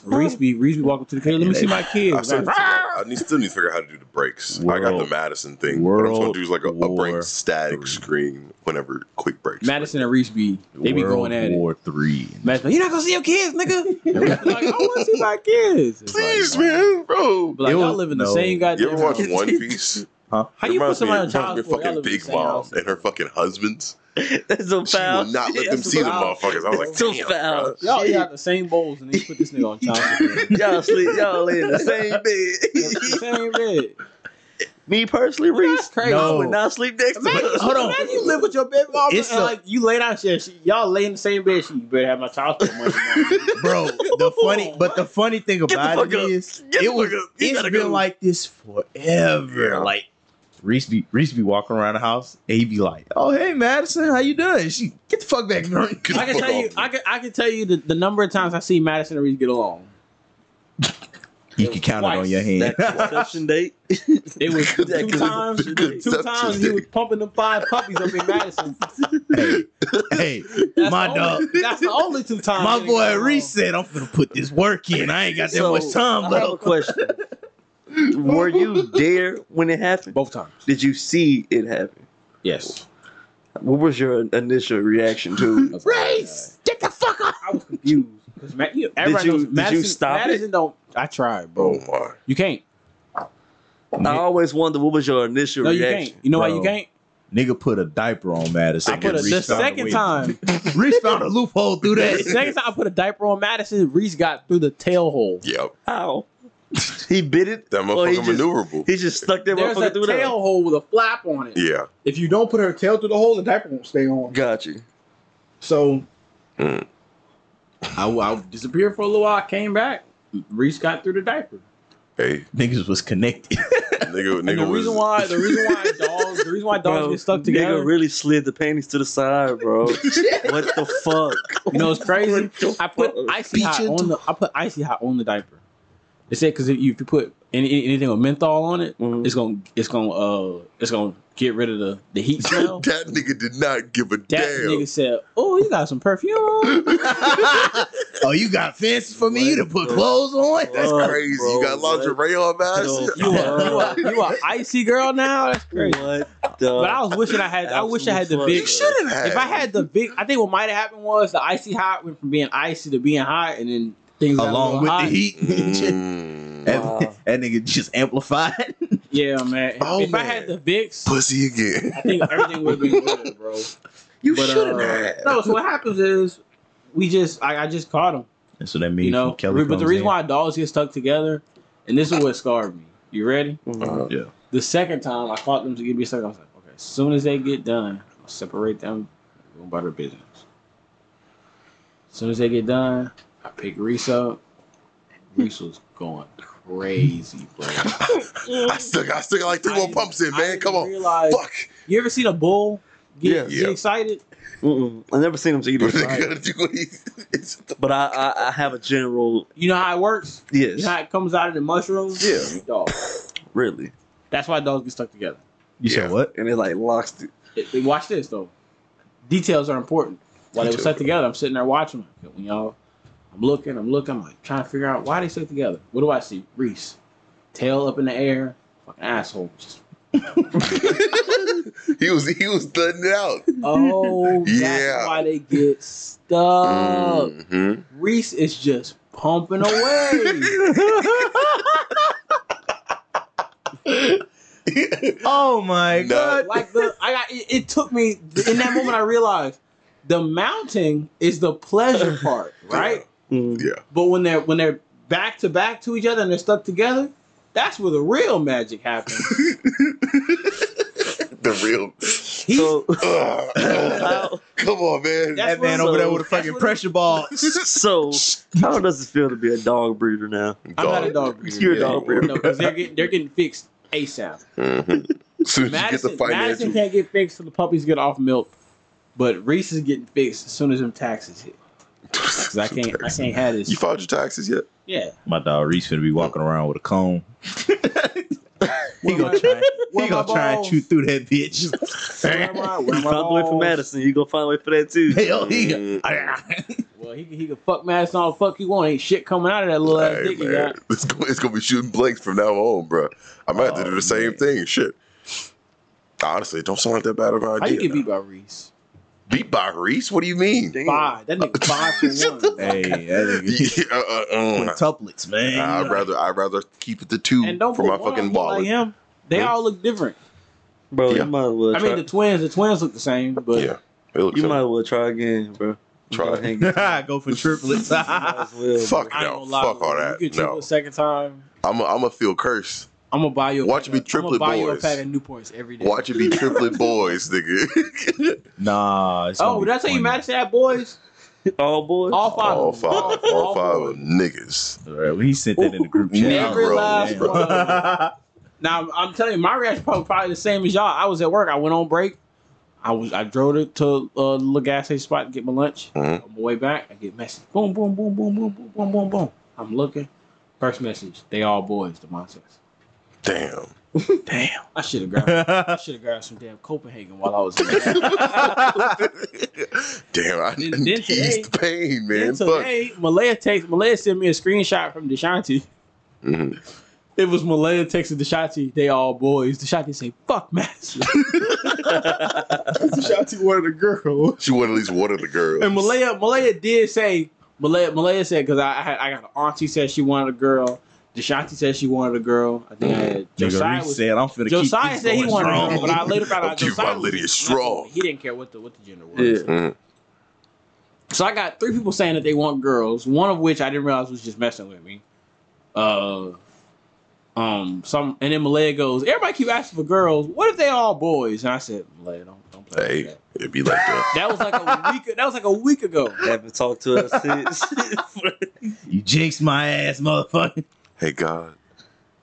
B: Reese be Reese be walking to the cage. Let me see my
A: I,
B: kids.
A: still need to, figure- I need, still need to figure out how to do the breaks. I got the
C: World-
A: Madison thing. What I'm supposed to do is like a, a
C: War
A: break static
C: Three.
A: screen whenever quick breaks.
B: Madison and Reese be they be
C: World
B: going at it.
C: War Three.
B: Madison, like, you're not gonna see your kids, nigga. And Reese be like, I want to see my kids. It's like,
A: Please,
B: wow.
A: man, bro.
B: But like,
C: It
B: y'all
C: was-
B: live in the
C: no.
B: same goddamn.
A: You ever watch
B: house.
A: One Piece?
B: How you put
A: Reminds me-
B: somebody on
A: reminds me
B: child
A: of
B: support? Y'all
A: fucking
B: live in the
A: Big
B: same
A: Mom
B: house.
A: and her fucking husbands?
D: That's a
A: She
D: foul.
A: will not let
D: shit.
A: them see the
B: wild.
A: motherfuckers. I was like,
D: That's too
A: damn,
D: foul.
A: bro.
B: Y'all y'all got the same bowls and they put this nigga on child support.
D: Y'all sleep. Y'all lay in the same
B: It's
D: bed.
B: the same bed.
D: Me personally,
B: That's
D: Reese,
B: crazy.
D: I
C: No.
D: would not sleep next to
B: Imagine-
D: her.
B: hold on. Imagine you live with your baby mama
C: It's
B: and
C: a-
B: like you lay down shit. She, y'all lay in the same bed. She you better have my child support money. man.
C: bro. The funny, but the funny thing
D: the
C: about
D: fuck
C: it
D: up.
C: is,
D: Get the
C: it was
D: fuck up. You
C: it's
D: gotta
C: been
D: go.
C: like this forever.
A: Yeah.
C: Like Reese be Reese be walking around the house, and he be like, "Oh hey Madison, how you doing?" She get the fuck back, bro.
A: Get the
B: I can
A: fuck
B: tell you.
A: off me.
B: I can. I can tell you the, the number of times I see Madison and Reese get along.
C: You can count it on your hand.
D: That conception date.
B: It was the
D: That
B: two
D: could-
B: times.
A: that
B: The
A: could-
B: two
A: that's
B: times
A: just
B: he
A: it.
B: was pumping them five puppies up in Madison.
C: hey, hey,
B: That's
C: my
B: the
C: dog.
B: only- That's the only two times.
C: My
B: they
C: boy
B: got along.
C: Reese said, "I'm gonna put this work in. I ain't got that
D: So,
C: much time
D: I have a
C: left."
D: question. Were you there when it happened?
B: Both times.
D: Did you see it happen?
B: Yes.
D: What was your initial reaction to? it?
C: Reese, get the fuck off.
B: I was confused. 'Cause Ma- you, everybody
D: you-
B: knows
D: did you
B: Madison,
D: stop it?
B: Madison don't. I tried,
A: Oh
B: bro.
A: my!
B: You can't.
D: I always wonder what was your initial
B: No, you
D: reaction.
B: can't. You know why
C: Bro.
B: you can't?
C: Nigga put a diaper on Madison.
B: I put a,
C: and Reese
B: the
C: found a
B: second
C: way.
B: time.
C: Reese found a loophole through
B: The
C: that.
B: second time I put a diaper on Madison, Reese got through the tail hole.
A: Yep,
D: How? he bit it.
A: that
D: Or
A: motherfucker
D: he just-
A: maneuverable.
D: He just stuck that
B: There's a
D: motherfucker
B: tail
D: through there.
B: hole with a flap on it.
A: Yeah,
B: If you don't put her tail through the hole, the diaper won't stay on.
D: Got you.
B: So
A: Mm.
B: I, I disappeared for a little while. I came back. Reese got through the diaper.
A: hey,
C: Niggas was connected.
A: nigga,
B: And
A: nigga
B: the
A: was.
B: reason why the reason why dogs the reason why dogs
D: Bro,
B: get stuck
D: Nigga
B: together.
D: really slid the panties to the side, bro. what the fuck?
B: You know it's crazy.
D: What the
B: I put
D: fuck?
B: icy hot on the I put icy hot on the diaper. They said because if you if you put any, any- anything with menthol on it,
A: Mm.
D: Mhm.
B: it's gonna it's gonna uh it's gonna get rid of the the heat smell. that
A: that nigga did not give a
B: nigga said, "Oh, you got some perfume."
C: oh, you got fancy for me? You to put clothes
B: Oh,
C: on?
A: That's
C: That's
D: Fuck,
A: crazy.
D: bro,
A: you got
D: what?
A: lingerie on, Madison.
D: No.
B: You a, you a, you a icy girl now? That's crazy.
D: What the?
B: But I was wishing I had. I wish I had the
D: Absolute
B: big.
A: you should have had.
B: If I had the big, I think what might have happened was the icy hot went from being icy to being hot, and then things got a little
C: Along with
B: hot.
C: the heat.
A: Mm.
C: that,
D: Wow.
C: that nigga just amplified.
B: Yeah, man. If,
A: Oh,
B: if I
A: man.
B: had the Vicks,
A: pussy again.
B: I think everything would have been good, bro.
A: You
B: But,
A: should have
B: uh,
A: had.
B: No, so what happens is we just I, I just caught him,
C: That's what that means.
B: you know.
C: Kelly
B: but the reason why dogs get stuck together, and this is what scarred me. You ready?
A: Mm.
D: Mhm.
B: The second time I caught them to get me stuck, I was like, okay, as soon as they get done, I'll separate them, go about their business. As soon as they get done, I pick Reese up. Reese was going crazy, bro.
A: I still got, I still got like three
B: I
A: more
B: didn't-
A: pumps in,
B: I
A: man.
B: didn't
A: Come on,
B: realize-
A: fuck.
B: You ever seen a bull get,
D: Yeah.
B: get
A: Yeah.
B: excited?
D: Mm-mm. I never seen him eat
A: What
D: it,
A: they gonna do when he? It's the
D: but I, I I have a general
B: You know how it works? You
D: yes,
B: know how it comes out of the mushrooms?
A: Yeah.
B: Dog.
D: really,
B: That's why dogs get stuck together.
C: You
A: Yeah.
C: said what?
D: and it like locks. The,
B: It, it- watch this though. Details are important. While they were
A: Details
B: stuck
A: are-
B: together, I'm sitting there watching them. When y'all, I'm looking, I'm looking, I'm like trying to figure out why they stuck together. What do I see? Reese, tail up in the air, fucking asshole. Just,
A: he was he was thudding it out.
B: oh,
A: Yeah.
B: that's why they get stuck.
A: Mhm.
B: Reese is just pumping away.
C: Oh my
A: No.
C: god.
B: like the I got it, it took me in that moment I realized the mounting is the pleasure part, right?
D: Mm.
A: Yeah,
B: But when they're when they're back to back to each other and they're stuck together, that's where the real magic happens.
A: the real.
B: He's
D: So
A: Ugh.
D: how,
A: Come on, man.
B: That's-
C: That man
D: what-
C: over there with a
B: that's
C: fucking
B: what-
C: pressure ball.
D: so how does it feel to be a dog breeder now?
B: I'm not a dog breeder.
D: You're a dog
A: breeder.
B: no, because they're getting they're getting fixed ASAP.
A: Mhm. As soon as
B: Madison,
A: you get the
B: Madison
A: financial,
B: can't get fixed till the puppies get off milk, but Reese is getting fixed as soon as them taxes hit. Cause I can't, I can't have this.
A: You filed your taxes yet?
B: Yeah,
C: My dog Reese gonna be walking around with a comb. he
B: Where
C: gonna
B: my-
C: try.
B: where
C: He
B: my
C: gonna try and
B: balls?
C: chew through that bitch.
B: Where am I? Where
D: You
B: am I
D: find a way for
B: balls?
D: Madison. You gonna find a way for that too.
C: Hell, he.
A: Mm.
B: Well, he, he can fuck Madison all the fuck he want. Ain't shit coming out of that little ass
A: Hey,
B: dick he
A: man.
B: got.
A: It's, go- it's gonna be shooting blanks from now on, bro. I might have to
C: Oh,
A: do the same
C: man.
A: thing. Shit. Honestly, it don't sound like that bad of an
B: How
A: idea.
B: you get
A: now.
B: beat by Reese?
A: Beat by Reese? What do you mean?
D: Damn.
B: Five. That nigga five
A: Shut
B: for
A: the
B: one.
C: hey, that nigga.
A: Yeah, uh, uh, uh.
C: Quintuplets, man.
A: I'd rather I'd rather keep it the two
B: And don't
A: for
B: put
A: my
B: one
A: fucking
B: on you
A: wallet.
B: Like him. They
A: Hmm?
B: all look different.
D: Bro,
A: Yeah.
D: you might as well
B: I
D: try,
B: mean, the twins. The twins look the same, but
A: yeah, it looks
D: you might
A: like
D: as well try again, bro. You
A: Try.
D: gotta hang it.
C: Go for triplets.
D: Might
C: I
D: as well, bro.
A: fuck
B: I ain't
A: no,
B: gonna lie.
A: fuck all
B: when
A: that.
B: You get you
A: No,
B: a second time.
A: I'm a, I'm a feel curse.
B: I'm gonna buy you. A
A: Watch
B: pack
A: me
B: of-
A: triplet
B: I'm gonna buy you a
A: boys.
B: pack of Newports every day.
A: Watch it be triplet boys, nigga.
C: nah. It's gonna
B: Oh,
C: be
B: did I tell you
C: funny.
B: Madison had boys?
D: All boys.
B: All five.
A: all
B: of them.
A: five, all
B: four.
A: five niggas.
C: All right, well, he sent that in the group chat.
A: Nah,
B: Every
A: bro.
B: last
A: Bro.
B: one. of them. Now I'm- I'm telling you, my reaction probably, probably the same as y'all. I was at work. I went on break. I was I drove to, to a little gas station spot to get my lunch.
A: Mhm.
B: On my way back, I get message. Boom, boom, boom, boom, boom, boom, boom, boom, boom. I'm looking. First message. They all boys. The mom says.
A: Damn.
B: Damn. I should have grabbed. I should have grabbed some damn Copenhagen while I was in there.
A: Damn, I
B: Then-
A: didn't
B: then
A: ease
B: today-
A: the pain, man.
B: Then
A: Fuck.
B: today, Malaya takes Malaya sent me a screenshot from Deshanti.
A: Mhm.
B: It was Malaya texting Deshanti. They all boys. Deshanti say, "Fuck Madison." Deshanti wanted a girl,
A: She wanted at least one of the girls.
B: and Malaya Malaya did say Malaya Malaya said because I I, had, I got an auntie said she wanted a girl. Deshanti said she wanted a girl. I think I had Josiah
C: Josiah
B: was.
C: said, "I'm finna
B: Josiah
C: keep this
B: said he
C: going
B: wanted a girl,
C: strong."
B: but I later found
A: I'm
B: out
A: keeping my
B: Josiah was
A: Lydia
B: a-
A: strong.
B: He didn't care what the what the gender was.
D: Yeah.
C: Mm.
A: Mhm.
B: So I got three people saying that they want girls. One of which I didn't realize was just messing with me. Uh, um, some and then Malaya goes, "Everybody keep asking for girls. What if they all boys?" And I said, "Malaya, don't don't play
A: Hey,
B: with that."
A: it'd be like that.
B: That was like a week. That was like a week ago.
D: Haven't talked to us since.
C: You jinxed my ass, motherfucker.
A: Hey, God.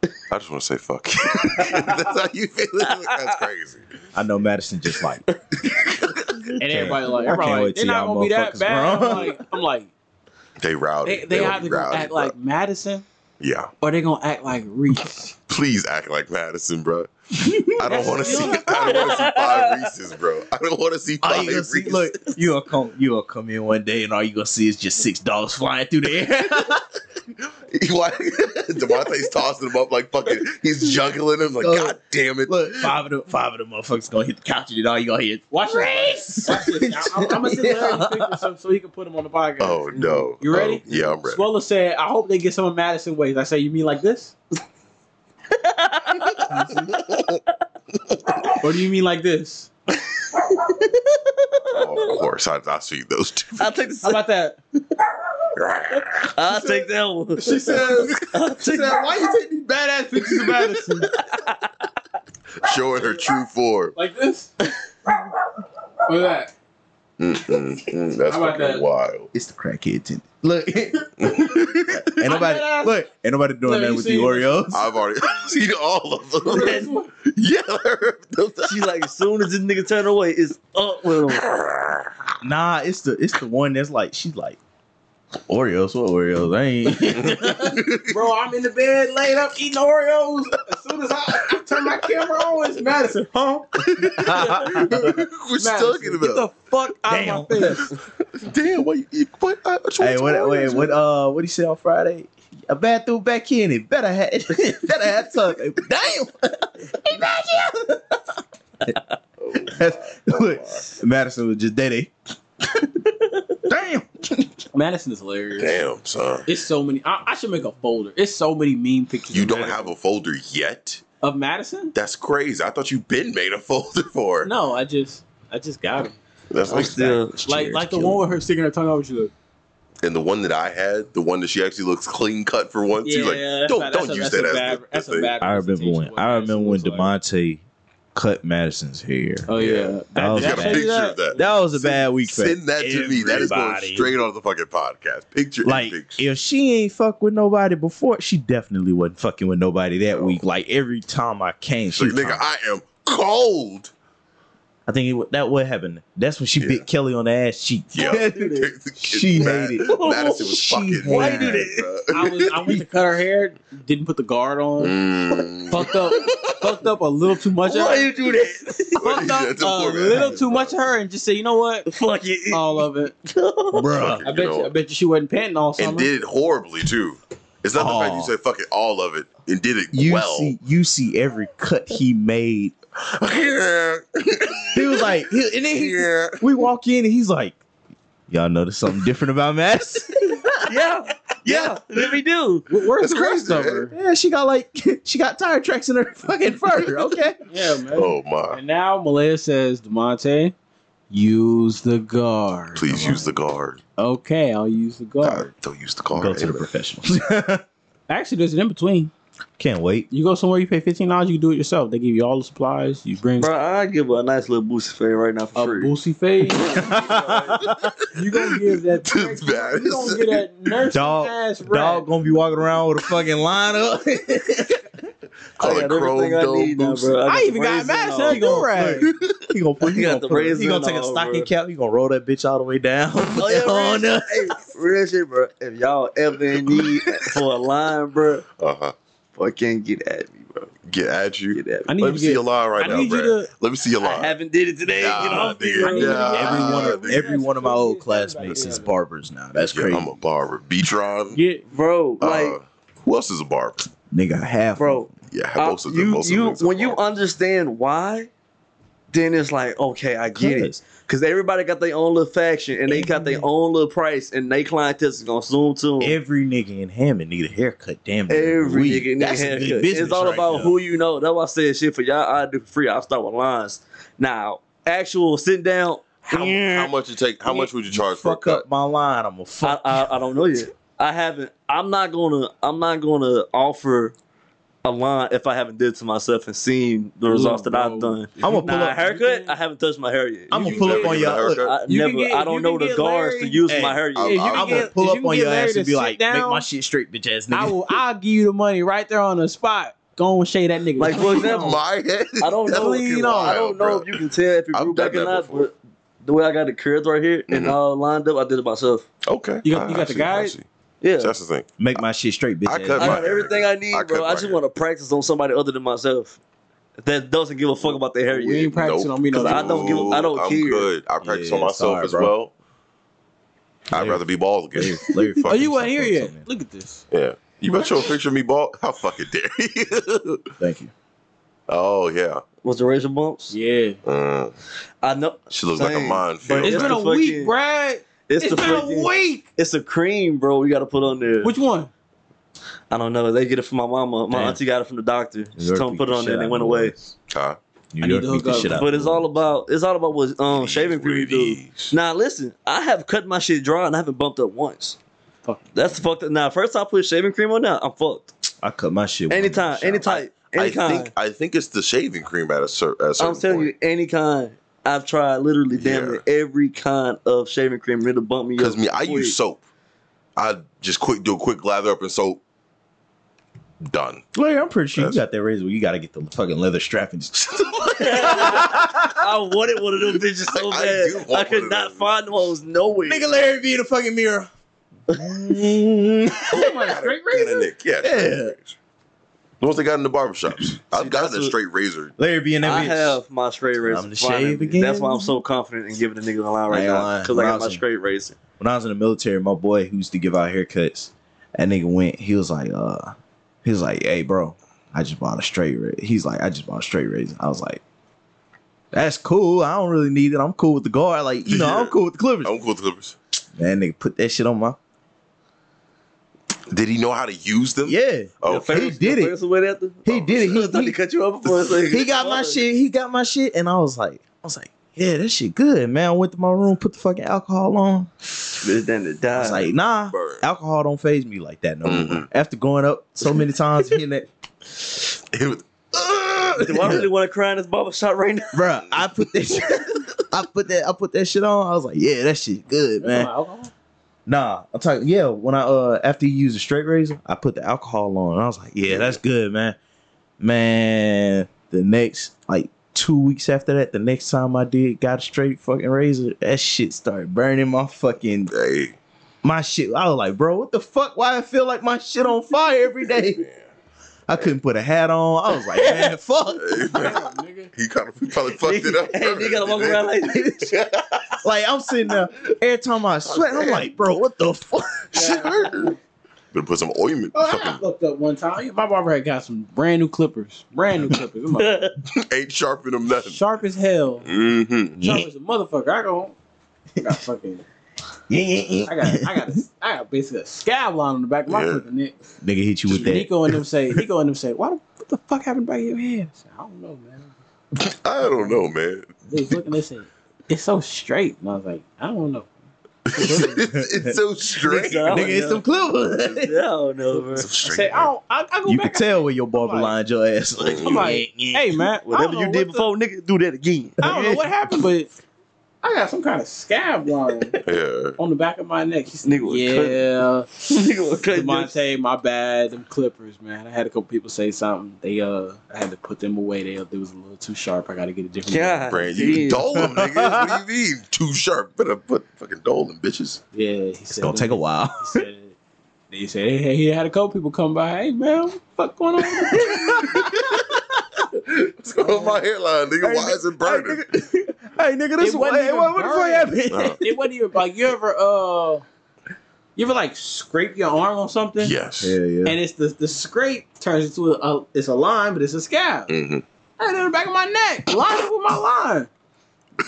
A: I just want to say fuck you. That's how you feel. That's crazy.
C: I know Madison just like
B: And everybody
C: I
B: like, everybody
C: can't wait
B: like, they're
C: till
B: not
C: y'all
B: gonna be that
C: motherfuckers
B: bad.
C: grow.
B: I'm like, I'm like,
A: Oh, They rowdy.
B: they they
A: don't
B: either
A: be
B: gonna
A: rowdy,
B: act
A: bruh.
B: like Madison
A: Yeah.
B: or they gonna act like Reese.
A: Please act like Madison, bro. I don't
B: That's
A: want to see.
B: still
A: I don't want to see five Reese's, bro. I don't want to see
C: All
A: five
C: you gonna see,
A: Reese's.
C: look, you gonna come, you gonna come in one day, and all you gonna see is just six dogs flying through the air.
A: Why? Devontae's tossing him up like fucking. He's juggling him like,
C: Look.
A: God damn it.
C: look, five of them, five of them motherfuckers gonna hit the couch, and then all you gonna hear.
B: Watch
C: Reese!
B: this. Watch this. I'm, I'm gonna send Larry the picture so, so he can put him on the podcast.
A: Oh no.
B: You ready?
A: Oh, yeah, I'm ready.
B: Swola said, I hope they get some of Madison ways. I say, You mean like this? or do you mean like this?
A: Oh, of course, I, I see those two.
D: I'll take
B: How
D: the
B: about that?
D: I'll take that one.
B: She said,
D: I'll take that
B: Why you take these badass pictures of Madison?
A: Showing her true form.
B: like this? Look at that.
A: Mm-mm-mm. Mm, That's
B: How about
A: fucking
B: that?
A: wild.
C: It's the crackhead tent. Look, ain't nobody,
B: I-
C: look, ain't nobody doing
B: Look,
C: that
B: you
C: with
B: see
C: the
B: it?
C: Oreos.
A: I've already seen all of
B: Look at
A: them.
B: this one.
A: yeah.
D: She like as soon as this nigga turn away, it's up with him.
C: Nah, it's the it's the one that's like she's like Oreos. What Oreos? I ain't.
B: Bro, I'm in the bed, laid up, eating Oreos. As soon as I, I turn my camera on, it's Madison. Huh?
A: what you talking
B: Madison, Get the
A: about?
B: fuck out of my
C: Damn.
B: face.
A: Damn, what? You, what? I, what
C: hey, what, wait, what? Uh, what he say on Friday? A bad through back in it. Better have better have tuck. Hey, Damn. He back here.
A: Oh,
C: That's- look, Madison was just daddy. Damn.
B: Madison is hilarious.
A: Damn, son.
B: It's so many. I, I should make a folder. It's so many meme pictures.
A: You
B: of
A: don't
B: Madison.
A: have a folder yet?
B: of Madison?
A: That's crazy. I thought you been made a folder for. her.
B: No, I just I just got him.
C: Oh.
A: That's
D: I'm
A: like
D: still
B: Like like the one with her sticking her tongue out. She like,
A: and the one that I had, the one that she actually looks clean cut for once. She's like, don't don't use that as
B: bad,
A: the-
B: that's
A: the
B: a
A: thing.
B: bad.
C: I remember
B: representation
C: when
B: of what
C: I
B: Madison
C: remember when
B: looks like.
C: Demonte cut Madison's hair.
B: Oh yeah,
A: Yeah.
C: That was
A: You got
C: bad.
A: a picture of that.
C: Uh, That was a bad week for
A: Send that to me. That is going
C: everybody.
A: straight on the fucking podcast. Picture
C: Like
A: in picture.
C: if she ain't fuck with nobody before, she definitely wasn't fucking with nobody that
A: No.
C: week. Like every time I came,
A: She's
C: she
A: like, nigga,
C: was
A: I am cold.
C: I think it, wa- that what happened. That's when she
A: Yeah.
C: bit Kelly on the ass cheek.
A: Yeah,
C: She
A: Mad-
C: hated it.
A: Madison was
C: She
A: fucking.
C: hated
A: mad,
C: it.
A: bruh.
B: I was I went to cut her hair, didn't put the guard on,
A: Mm.
B: fucked up, fucked up a little too much. Of her,
D: you do that?
B: fucked
A: Yeah,
B: up
A: that's
B: a
A: poor man.
B: little too much of her, and just said, you know what,
D: Fuck it.
B: all of it.
A: Fuck
C: Bruh.
A: it,
B: I
A: you
B: bet
A: know.
B: you, I bet you she wasn't panting all summer.
A: and did it horribly too. It's not the fact
C: Aw.
A: you said fuck it, all of it, and did it
C: You
A: well.
C: see, you see every cut he made.
A: yeah,
C: He was like, he- and then he,
A: yeah.
C: we walk in and he's like, y'all notice something different about Madison?
D: yeah, yeah. Let me do.
B: Wh- Where's
A: That's
B: the rest
A: crazy,
B: of
A: man.
B: her?
C: yeah, she got like, she got tire tracks in her fucking fur. Okay.
B: Yeah, man.
A: Oh my!
B: And now Malaya says, Demonte, use the guard.
A: Please
B: I'm
A: use the guard.
B: like, Okay, I'll use the
A: Nah,
B: guard.
A: don't use the guard.
C: Go to the professionals.
B: Actually, there's an in between.
C: Can't wait.
B: You go somewhere, you pay fifteen dollars, you can do it yourself. They give you all the supplies. You bring
D: Bro, I give her a nice little boost fade right now
B: a
D: for free.
B: boosie fade.
C: dog,
B: You gonna give that
A: This man
B: you gonna
A: is-
B: get that nurse
C: Dog-
B: ass rat.
C: gonna be walking around with a fucking lineup.
A: Call
D: I
A: it
D: got everything
A: chrome
D: I
A: dome
D: need now,
A: boost.
D: bro.
B: I
D: the
B: even got
D: razor and
B: mad
D: all.
B: at do rag.
C: he gonna put,
D: You
C: he
D: got
C: gonna,
D: the
C: put a-
D: razor
C: he gonna
D: and
C: take a
D: all,
C: stocking
D: bro.
C: cap. He gonna roll that bitch all the way down.
D: Oh, yeah,
C: On
D: real,
C: the-
D: shit. Hey, real shit, bro. If y'all ever in need for a line, bro,
A: Uh huh.
D: fucking get at me, bro.
A: Get at you.
D: Get at
B: I
D: me.
B: need
A: Let
B: you
A: me
B: to
A: see
B: get-
A: your line right
B: I
A: now,
B: need you
A: bro.
B: to.
A: Let me see your
D: I
A: line.
D: haven't did it today.
A: Nah,
D: get off me,
A: nigga,
D: bro.
B: I need you to
A: nah.
B: get
C: Every one of
B: nigga.
C: every one of my old classmates is barbers now. That's
A: Yeah,
C: crazy.
A: I'm a barber. Beatron.
B: Get
D: Bro,
A: Uh,
D: like,
A: who else is a barber?
C: Nigga, half.
D: bro,
A: Yeah,
D: I-
A: most of the
D: uh, you,
A: most
D: you,
A: of them.
D: when you understand why, then it's like, okay, I get it.
C: Cuz.
D: Because everybody got their own little faction and they got their own little price and they clientele is going to zoom to them.
C: Every nigga in Hammond need a haircut. Damn near every
D: Every
C: week.
D: nigga in
C: That's
D: their
C: a good
D: haircut.
C: business
D: It's all
C: right
D: about
C: there.
D: who you know. That's why I said shit for y'all. I do free. I start with lines. Now, actual sitting down.
A: how, how much you take? How much would you charge for a
C: fuck
A: cut?
C: up my line. I'm a
D: I,
C: fuck.
D: I I don't know yet. I haven't. I'm not gonna. I'm not gonna offer a line if I haven't did it to myself and seen the results that I've done.
C: I'm gonna pull
D: Nah,
C: up.
D: haircut. I haven't touched my hair yet.
C: I'm
A: You
C: gonna pull up
A: never
C: on
A: give it a
C: y'all.
A: haircut?
D: I
B: You can
D: never.
B: get-
D: I
B: you
D: don't know
B: can
D: the
B: get
D: guards
B: Larry-
D: to use
C: Hey,
D: my hair yet.
A: I'm-
B: Yeah, you
A: I'm
B: can
C: I'm
B: get-
C: gonna pull
B: if you
C: up
B: can
C: on
B: get
C: your
B: Larry
C: ass
B: to
C: and be
B: sit
C: like, make
B: down,
C: my shit straight, bitch ass
B: I
C: nigga.
B: will. I'll give you the money right there on the spot. Go and shave that nigga.
D: Like, for example,
A: My head.
D: I don't
A: That's
D: know.
A: fucking
B: Lean on.
D: I don't
A: wild, bro.
D: know if you can tell if it
A: I've
D: grew
A: done
D: back or
A: that
D: not,
A: before.
D: but the way I got the curls right here and
A: Mhm.
D: all lined up, I did it myself.
A: Okay.
B: You got-
A: I-
B: you
A: I
B: got the
A: see, I
B: guide?
A: see.
D: Yeah.
A: That's the thing.
C: Make my shit straight, bitch.
A: I
C: ass
A: cut my
D: I
C: nigga.
D: got
A: hair.
D: everything I need,
A: I cut
D: bro.
A: my
D: I just
A: hair.
D: want to practice on somebody other than myself that doesn't give a fuck about their hair
B: we
D: yet.
B: ain't practicing on me no
D: Cause I
B: more.
D: don't give a- I don't
A: I'm
D: care.
A: good. I practice on
C: Yeah,
A: myself
C: sorry,
A: as
C: bro.
A: well. I'd
C: Larry-
A: rather be bald again.
C: Larry- Larry
B: Oh,
C: fucking
B: you weren't here
C: sucks
B: yet.
C: up, man.
B: Look at this.
A: yeah. You bet you a picture of me bald? How fucking dare you?
C: Thank you.
A: oh, yeah.
D: Was the razor bumps?
B: Yeah,
A: Mm.
D: I know.
A: She looks like a
D: Same.
A: minefield.
D: But
B: it's
D: It's
B: been
D: the
B: a
D: fucking-
B: week, Brad.
D: It's,
B: It's
D: the
B: been
D: freaking-
B: a week.
D: It's a cream, bro. You got to put on there.
B: Which one?
D: I don't know. They get it from my mama. My
C: Damn.
D: auntie got it from the doctor. She
C: York
D: told
C: beat
D: me put it
C: the
D: on
C: shit
D: there, and
C: out
D: it
C: of
D: went
C: the
D: away.
C: Warriors.
A: Huh?
C: New
B: I need
C: York
B: to
C: beat
B: hook
C: the
B: up.
C: shit out.
D: But
C: of
D: it's
C: the
D: all
C: Warriors.
D: about it's all about what um
A: These
D: shaving cream you do.
A: ribbies.
D: Now listen, I have cut my shit dry and I haven't bumped up once.
B: Fuck.
D: That's fucked up. Now first I put shaving cream on now, I'm fucked.
C: I cut my shit. when I'm in the
D: Anytime,
C: shower.
D: any type, any
A: I
D: kind.
A: think I think it's the shaving cream at a, cer- at a certain
D: I'm telling
A: point.
D: you, any kind. I've tried literally damn
A: Yeah.
D: near every kind of shaving cream. It'll bump me up.
A: Because me, I
D: quick.
A: use soap. I just quick do a quick lather up in soap. Done.
C: Larry, I'm pretty sure you
A: That's-
C: got that razor. where You got to get the fucking leather strap and just
D: I wanted one of them bitches so
A: I- I do
D: bad.
A: want
D: I,
A: one
D: could
A: of
D: not
A: those.
D: find one. It was nowhere.
C: nigga Larry be in the fucking mirror.
D: Mm.
C: yeah,
B: Great
A: And a
B: razor.
A: nick. Yeah. The ones they got in the barbershops. I've got that straight razor.
C: Larry be in that
D: I
C: bitch.
D: have my straight razor.
C: to
D: finally.
C: shave again.
D: That's why I'm so confident in giving the nigga the line
C: I
D: right
C: ain't
D: now.
C: lying.
D: Because I got my
C: Rousing.
D: straight razor.
C: when I was in the military, my boy who used to give out haircuts, that nigga went, he was like, uh, he was like, hey, bro, I just bought a straight razor. He's like, I just bought a straight razor. I was like, that's cool. I don't really need it. I'm cool with the guard. Like, you know, I'm
A: Yeah.
C: cool with the
D: Oh.
C: clippers.
A: I'm cool with clippers.
C: Man, nigga put that shit on my.
A: Did he know how to use them?
C: Yeah.
A: Oh,
D: Your favorite-
C: he did
D: your
C: it.
D: favorite way after?
C: He did
D: I
C: it.
D: thought
C: He,
D: he cut you up for a
C: he,
D: second.
C: he got my shit. He got my shit. And I was like, I was like, yeah, that shit good, man. I went to my room, put the fucking alcohol on.
D: Bitch, then it
C: I
D: died.
C: was like, nah,
A: Burn.
C: alcohol don't phase me like that no more.
A: Mhm.
C: After growing up so many times, hitting that
A: It was-
D: Do I really want to cry in this barber shop right now?
C: Bruh, I put that, shit, I put that, I put that shit on. I was like, yeah, that shit good, man. Nah, I'm talking. Yeah, when I uh after you use a straight razor, I put the alcohol on. And I was like, yeah, that's good, man. Man, the next like two weeks after that, the next time I did got a straight fucking razor, that shit started burning my fucking
A: Hey,
C: my shit. I was like, bro, what the fuck? Why I feel like my shit on fire every day?
A: man.
C: I couldn't put a hat on. I was like, man, fuck.
A: Hey,
B: Damn,
A: man.
B: nigga.
A: He kind of he probably fucked it up.
D: Hey, nigga, gotta walk around like this.
C: Like I'm sitting there every time I sweat, I'm like, bro, what the fuck?
A: Shit hurt. Better put some ointment.
B: Oh, I got
A: fucking
B: fucked up one time. My barber had got some brand new clippers. Brand new clippers. I'm like,
A: ain't sharpen them nothing.
B: sharp as hell.
A: Mm-hmm.
B: Sharp as a motherfucker. I go. I got fucking. I got. I got. A, I got basically a scab line on the back of my
A: Yeah.
B: clipper. Nick.
C: Nigga hit you with that.
B: Nico and them say. Nico and them say. Why the, what the fuck happened back of your head? I, said, I don't know, man.
A: I don't know, man.
B: They was looking. They said it's so straight, and I was like, I don't know.
A: it's, it's so straight.
D: Nigga,
C: Nigga, it's some clippers.
D: I don't know, bro.
A: It's so
B: I
A: straight.
B: said, I don't. I, I go
C: You can
B: back.
C: tell where your barber
B: I'm like-
C: lined your ass. Like,
B: I'm like, hey man, I
D: Whatever
B: don't
D: you
B: know
D: did
B: what the-
D: before, nigga, do that again.
B: I don't know what happened, but I got some kind of scab line
A: yeah.
B: on the back of my neck. He said,
D: Nigga was
B: yeah,
D: nigga was cutting your shit.
B: Devontae, my bad. Them Clippers, man. I had a couple people say something. They uh, I had to put them away. They they was a little too sharp. I got to get a different. one.
D: God,
A: Brand, you
D: damn.
A: dole them, nigga. What do you mean? Too sharp. Better put fucking dole them, bitches.
B: Yeah, he said.
C: It's gonna take a while.
B: He said. He said hey, he had a couple people come by. Hey man, what the fuck going on?
A: What's going on with my hairline, nigga?
C: Hey,
A: Why is it burning?
C: Hey, nigga, hey, nigga, this
B: It
C: one.
B: wasn't
C: Hey,
B: even
C: what, what the fuck
B: burning.
C: happened?
A: Uh,
B: it wasn't even like you ever uh, you ever like scrape your arm on something?
A: yes.
C: yeah.
B: And it's the the scrape turns into a, a it's a line, but it's a scab.
A: hmm
B: I had it on the back of my neck, lined up with my line.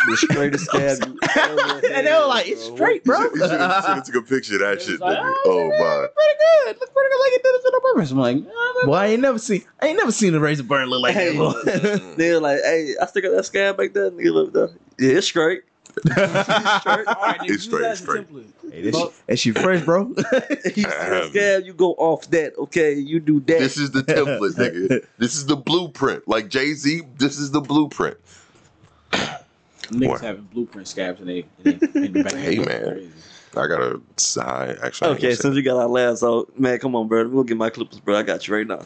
D: the straightest stab you ever
C: and they were like,
D: had,
C: it's
D: bro.
C: straight, bro.
A: You should have took a picture of that
B: It
A: shit,
B: was like,
A: nigga. Oh,
B: oh,
A: my.
B: Pretty good. Look pretty good. Like it did it on purpose. I'm like, "Ah, man."
C: Well, I ain't never seen. I ain't never seen a razor burn look like
D: Hey.
C: that.
A: Mm.
D: They were like, hey, I still got that scab back there. Nigga, look there. Yeah, it's straight.
C: that
B: All right, nigga,
A: It's
B: use
A: straight,
B: that as a
A: straight.
B: template.
C: shit, that shit fresh, bro.
D: you see that
A: Um,
D: scab, you go off that, okay? You do that.
A: This is the template, nigga. This is the blueprint. Like Jay Z, this is the blueprint.
B: Niggas
A: What?
B: having blueprint scabs and they in they- in the back. of
A: Hey,
B: their
A: man.
B: neck. Crazy.
A: I got a sign. Actually, I ain't
D: Okay,
A: gonna
D: since you got our laughs out, man, come on, bro. We'll get my clippers, bro. I got you right now.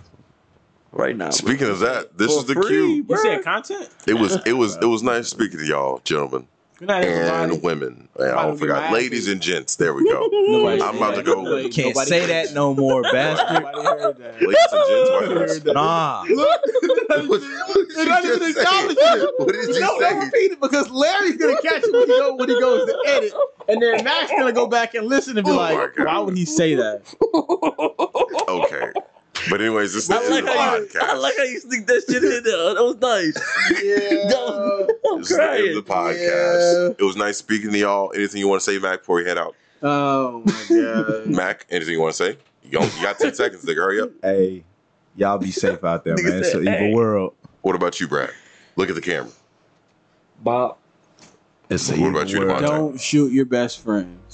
D: Right now.
A: say-
D: Bro.
A: Speaking of that, this
D: For
A: is the
D: free,
A: cue.
B: You
D: Bruh.
B: said content.
A: It was, it was, it was nice speaking to y'all, gentlemen
B: Good night, everybody.
A: and women. And I
B: Everybody
A: don't
B: will be
A: forgot,
B: mad.
A: ladies and gents. There we go.
B: Nobody
A: I'm
B: said
A: about to
B: that.
A: go.
B: Nobody-
C: Can't
B: nobody
C: say
B: heard
C: that no more, bastard.
B: Nobody heard that.
A: Ladies and gents, why did I say
C: nah.
A: What- what did you
C: not even
A: just
C: acknowledge
A: say?
C: it.
A: What did you
C: No, don't
A: say?
C: repeat it because Larry's gonna catch it when he, go, when he goes to edit, and then Max gonna go back and listen and be
A: Oh
C: like,
A: my God.
C: "Why would he say that?"
A: Okay. But anyways, this is the
D: I
A: end
D: like,
A: of the
D: how you, I
A: podcast.
D: like how you sneak that shit in there. That was nice. Yeah. I'm
A: This is the end
D: crying.
A: of the podcast. It was nice speaking to y'all. Anything you want to say, Mac, before we head out?
B: Oh my god.
A: Mac, anything you want to say? You, gon- you got 10 seconds, nigga. Hurry up.
C: Hey, y'all be safe out there,
D: Nigga
C: man. It's
D: said,
C: an evil
D: "Hey."
C: world.
A: What about you, Brad? Look at the camera.
D: Bob.
C: It's an
A: What
C: evil
A: about you,
C: world.
A: Devontae?
B: Don't shoot your best friends.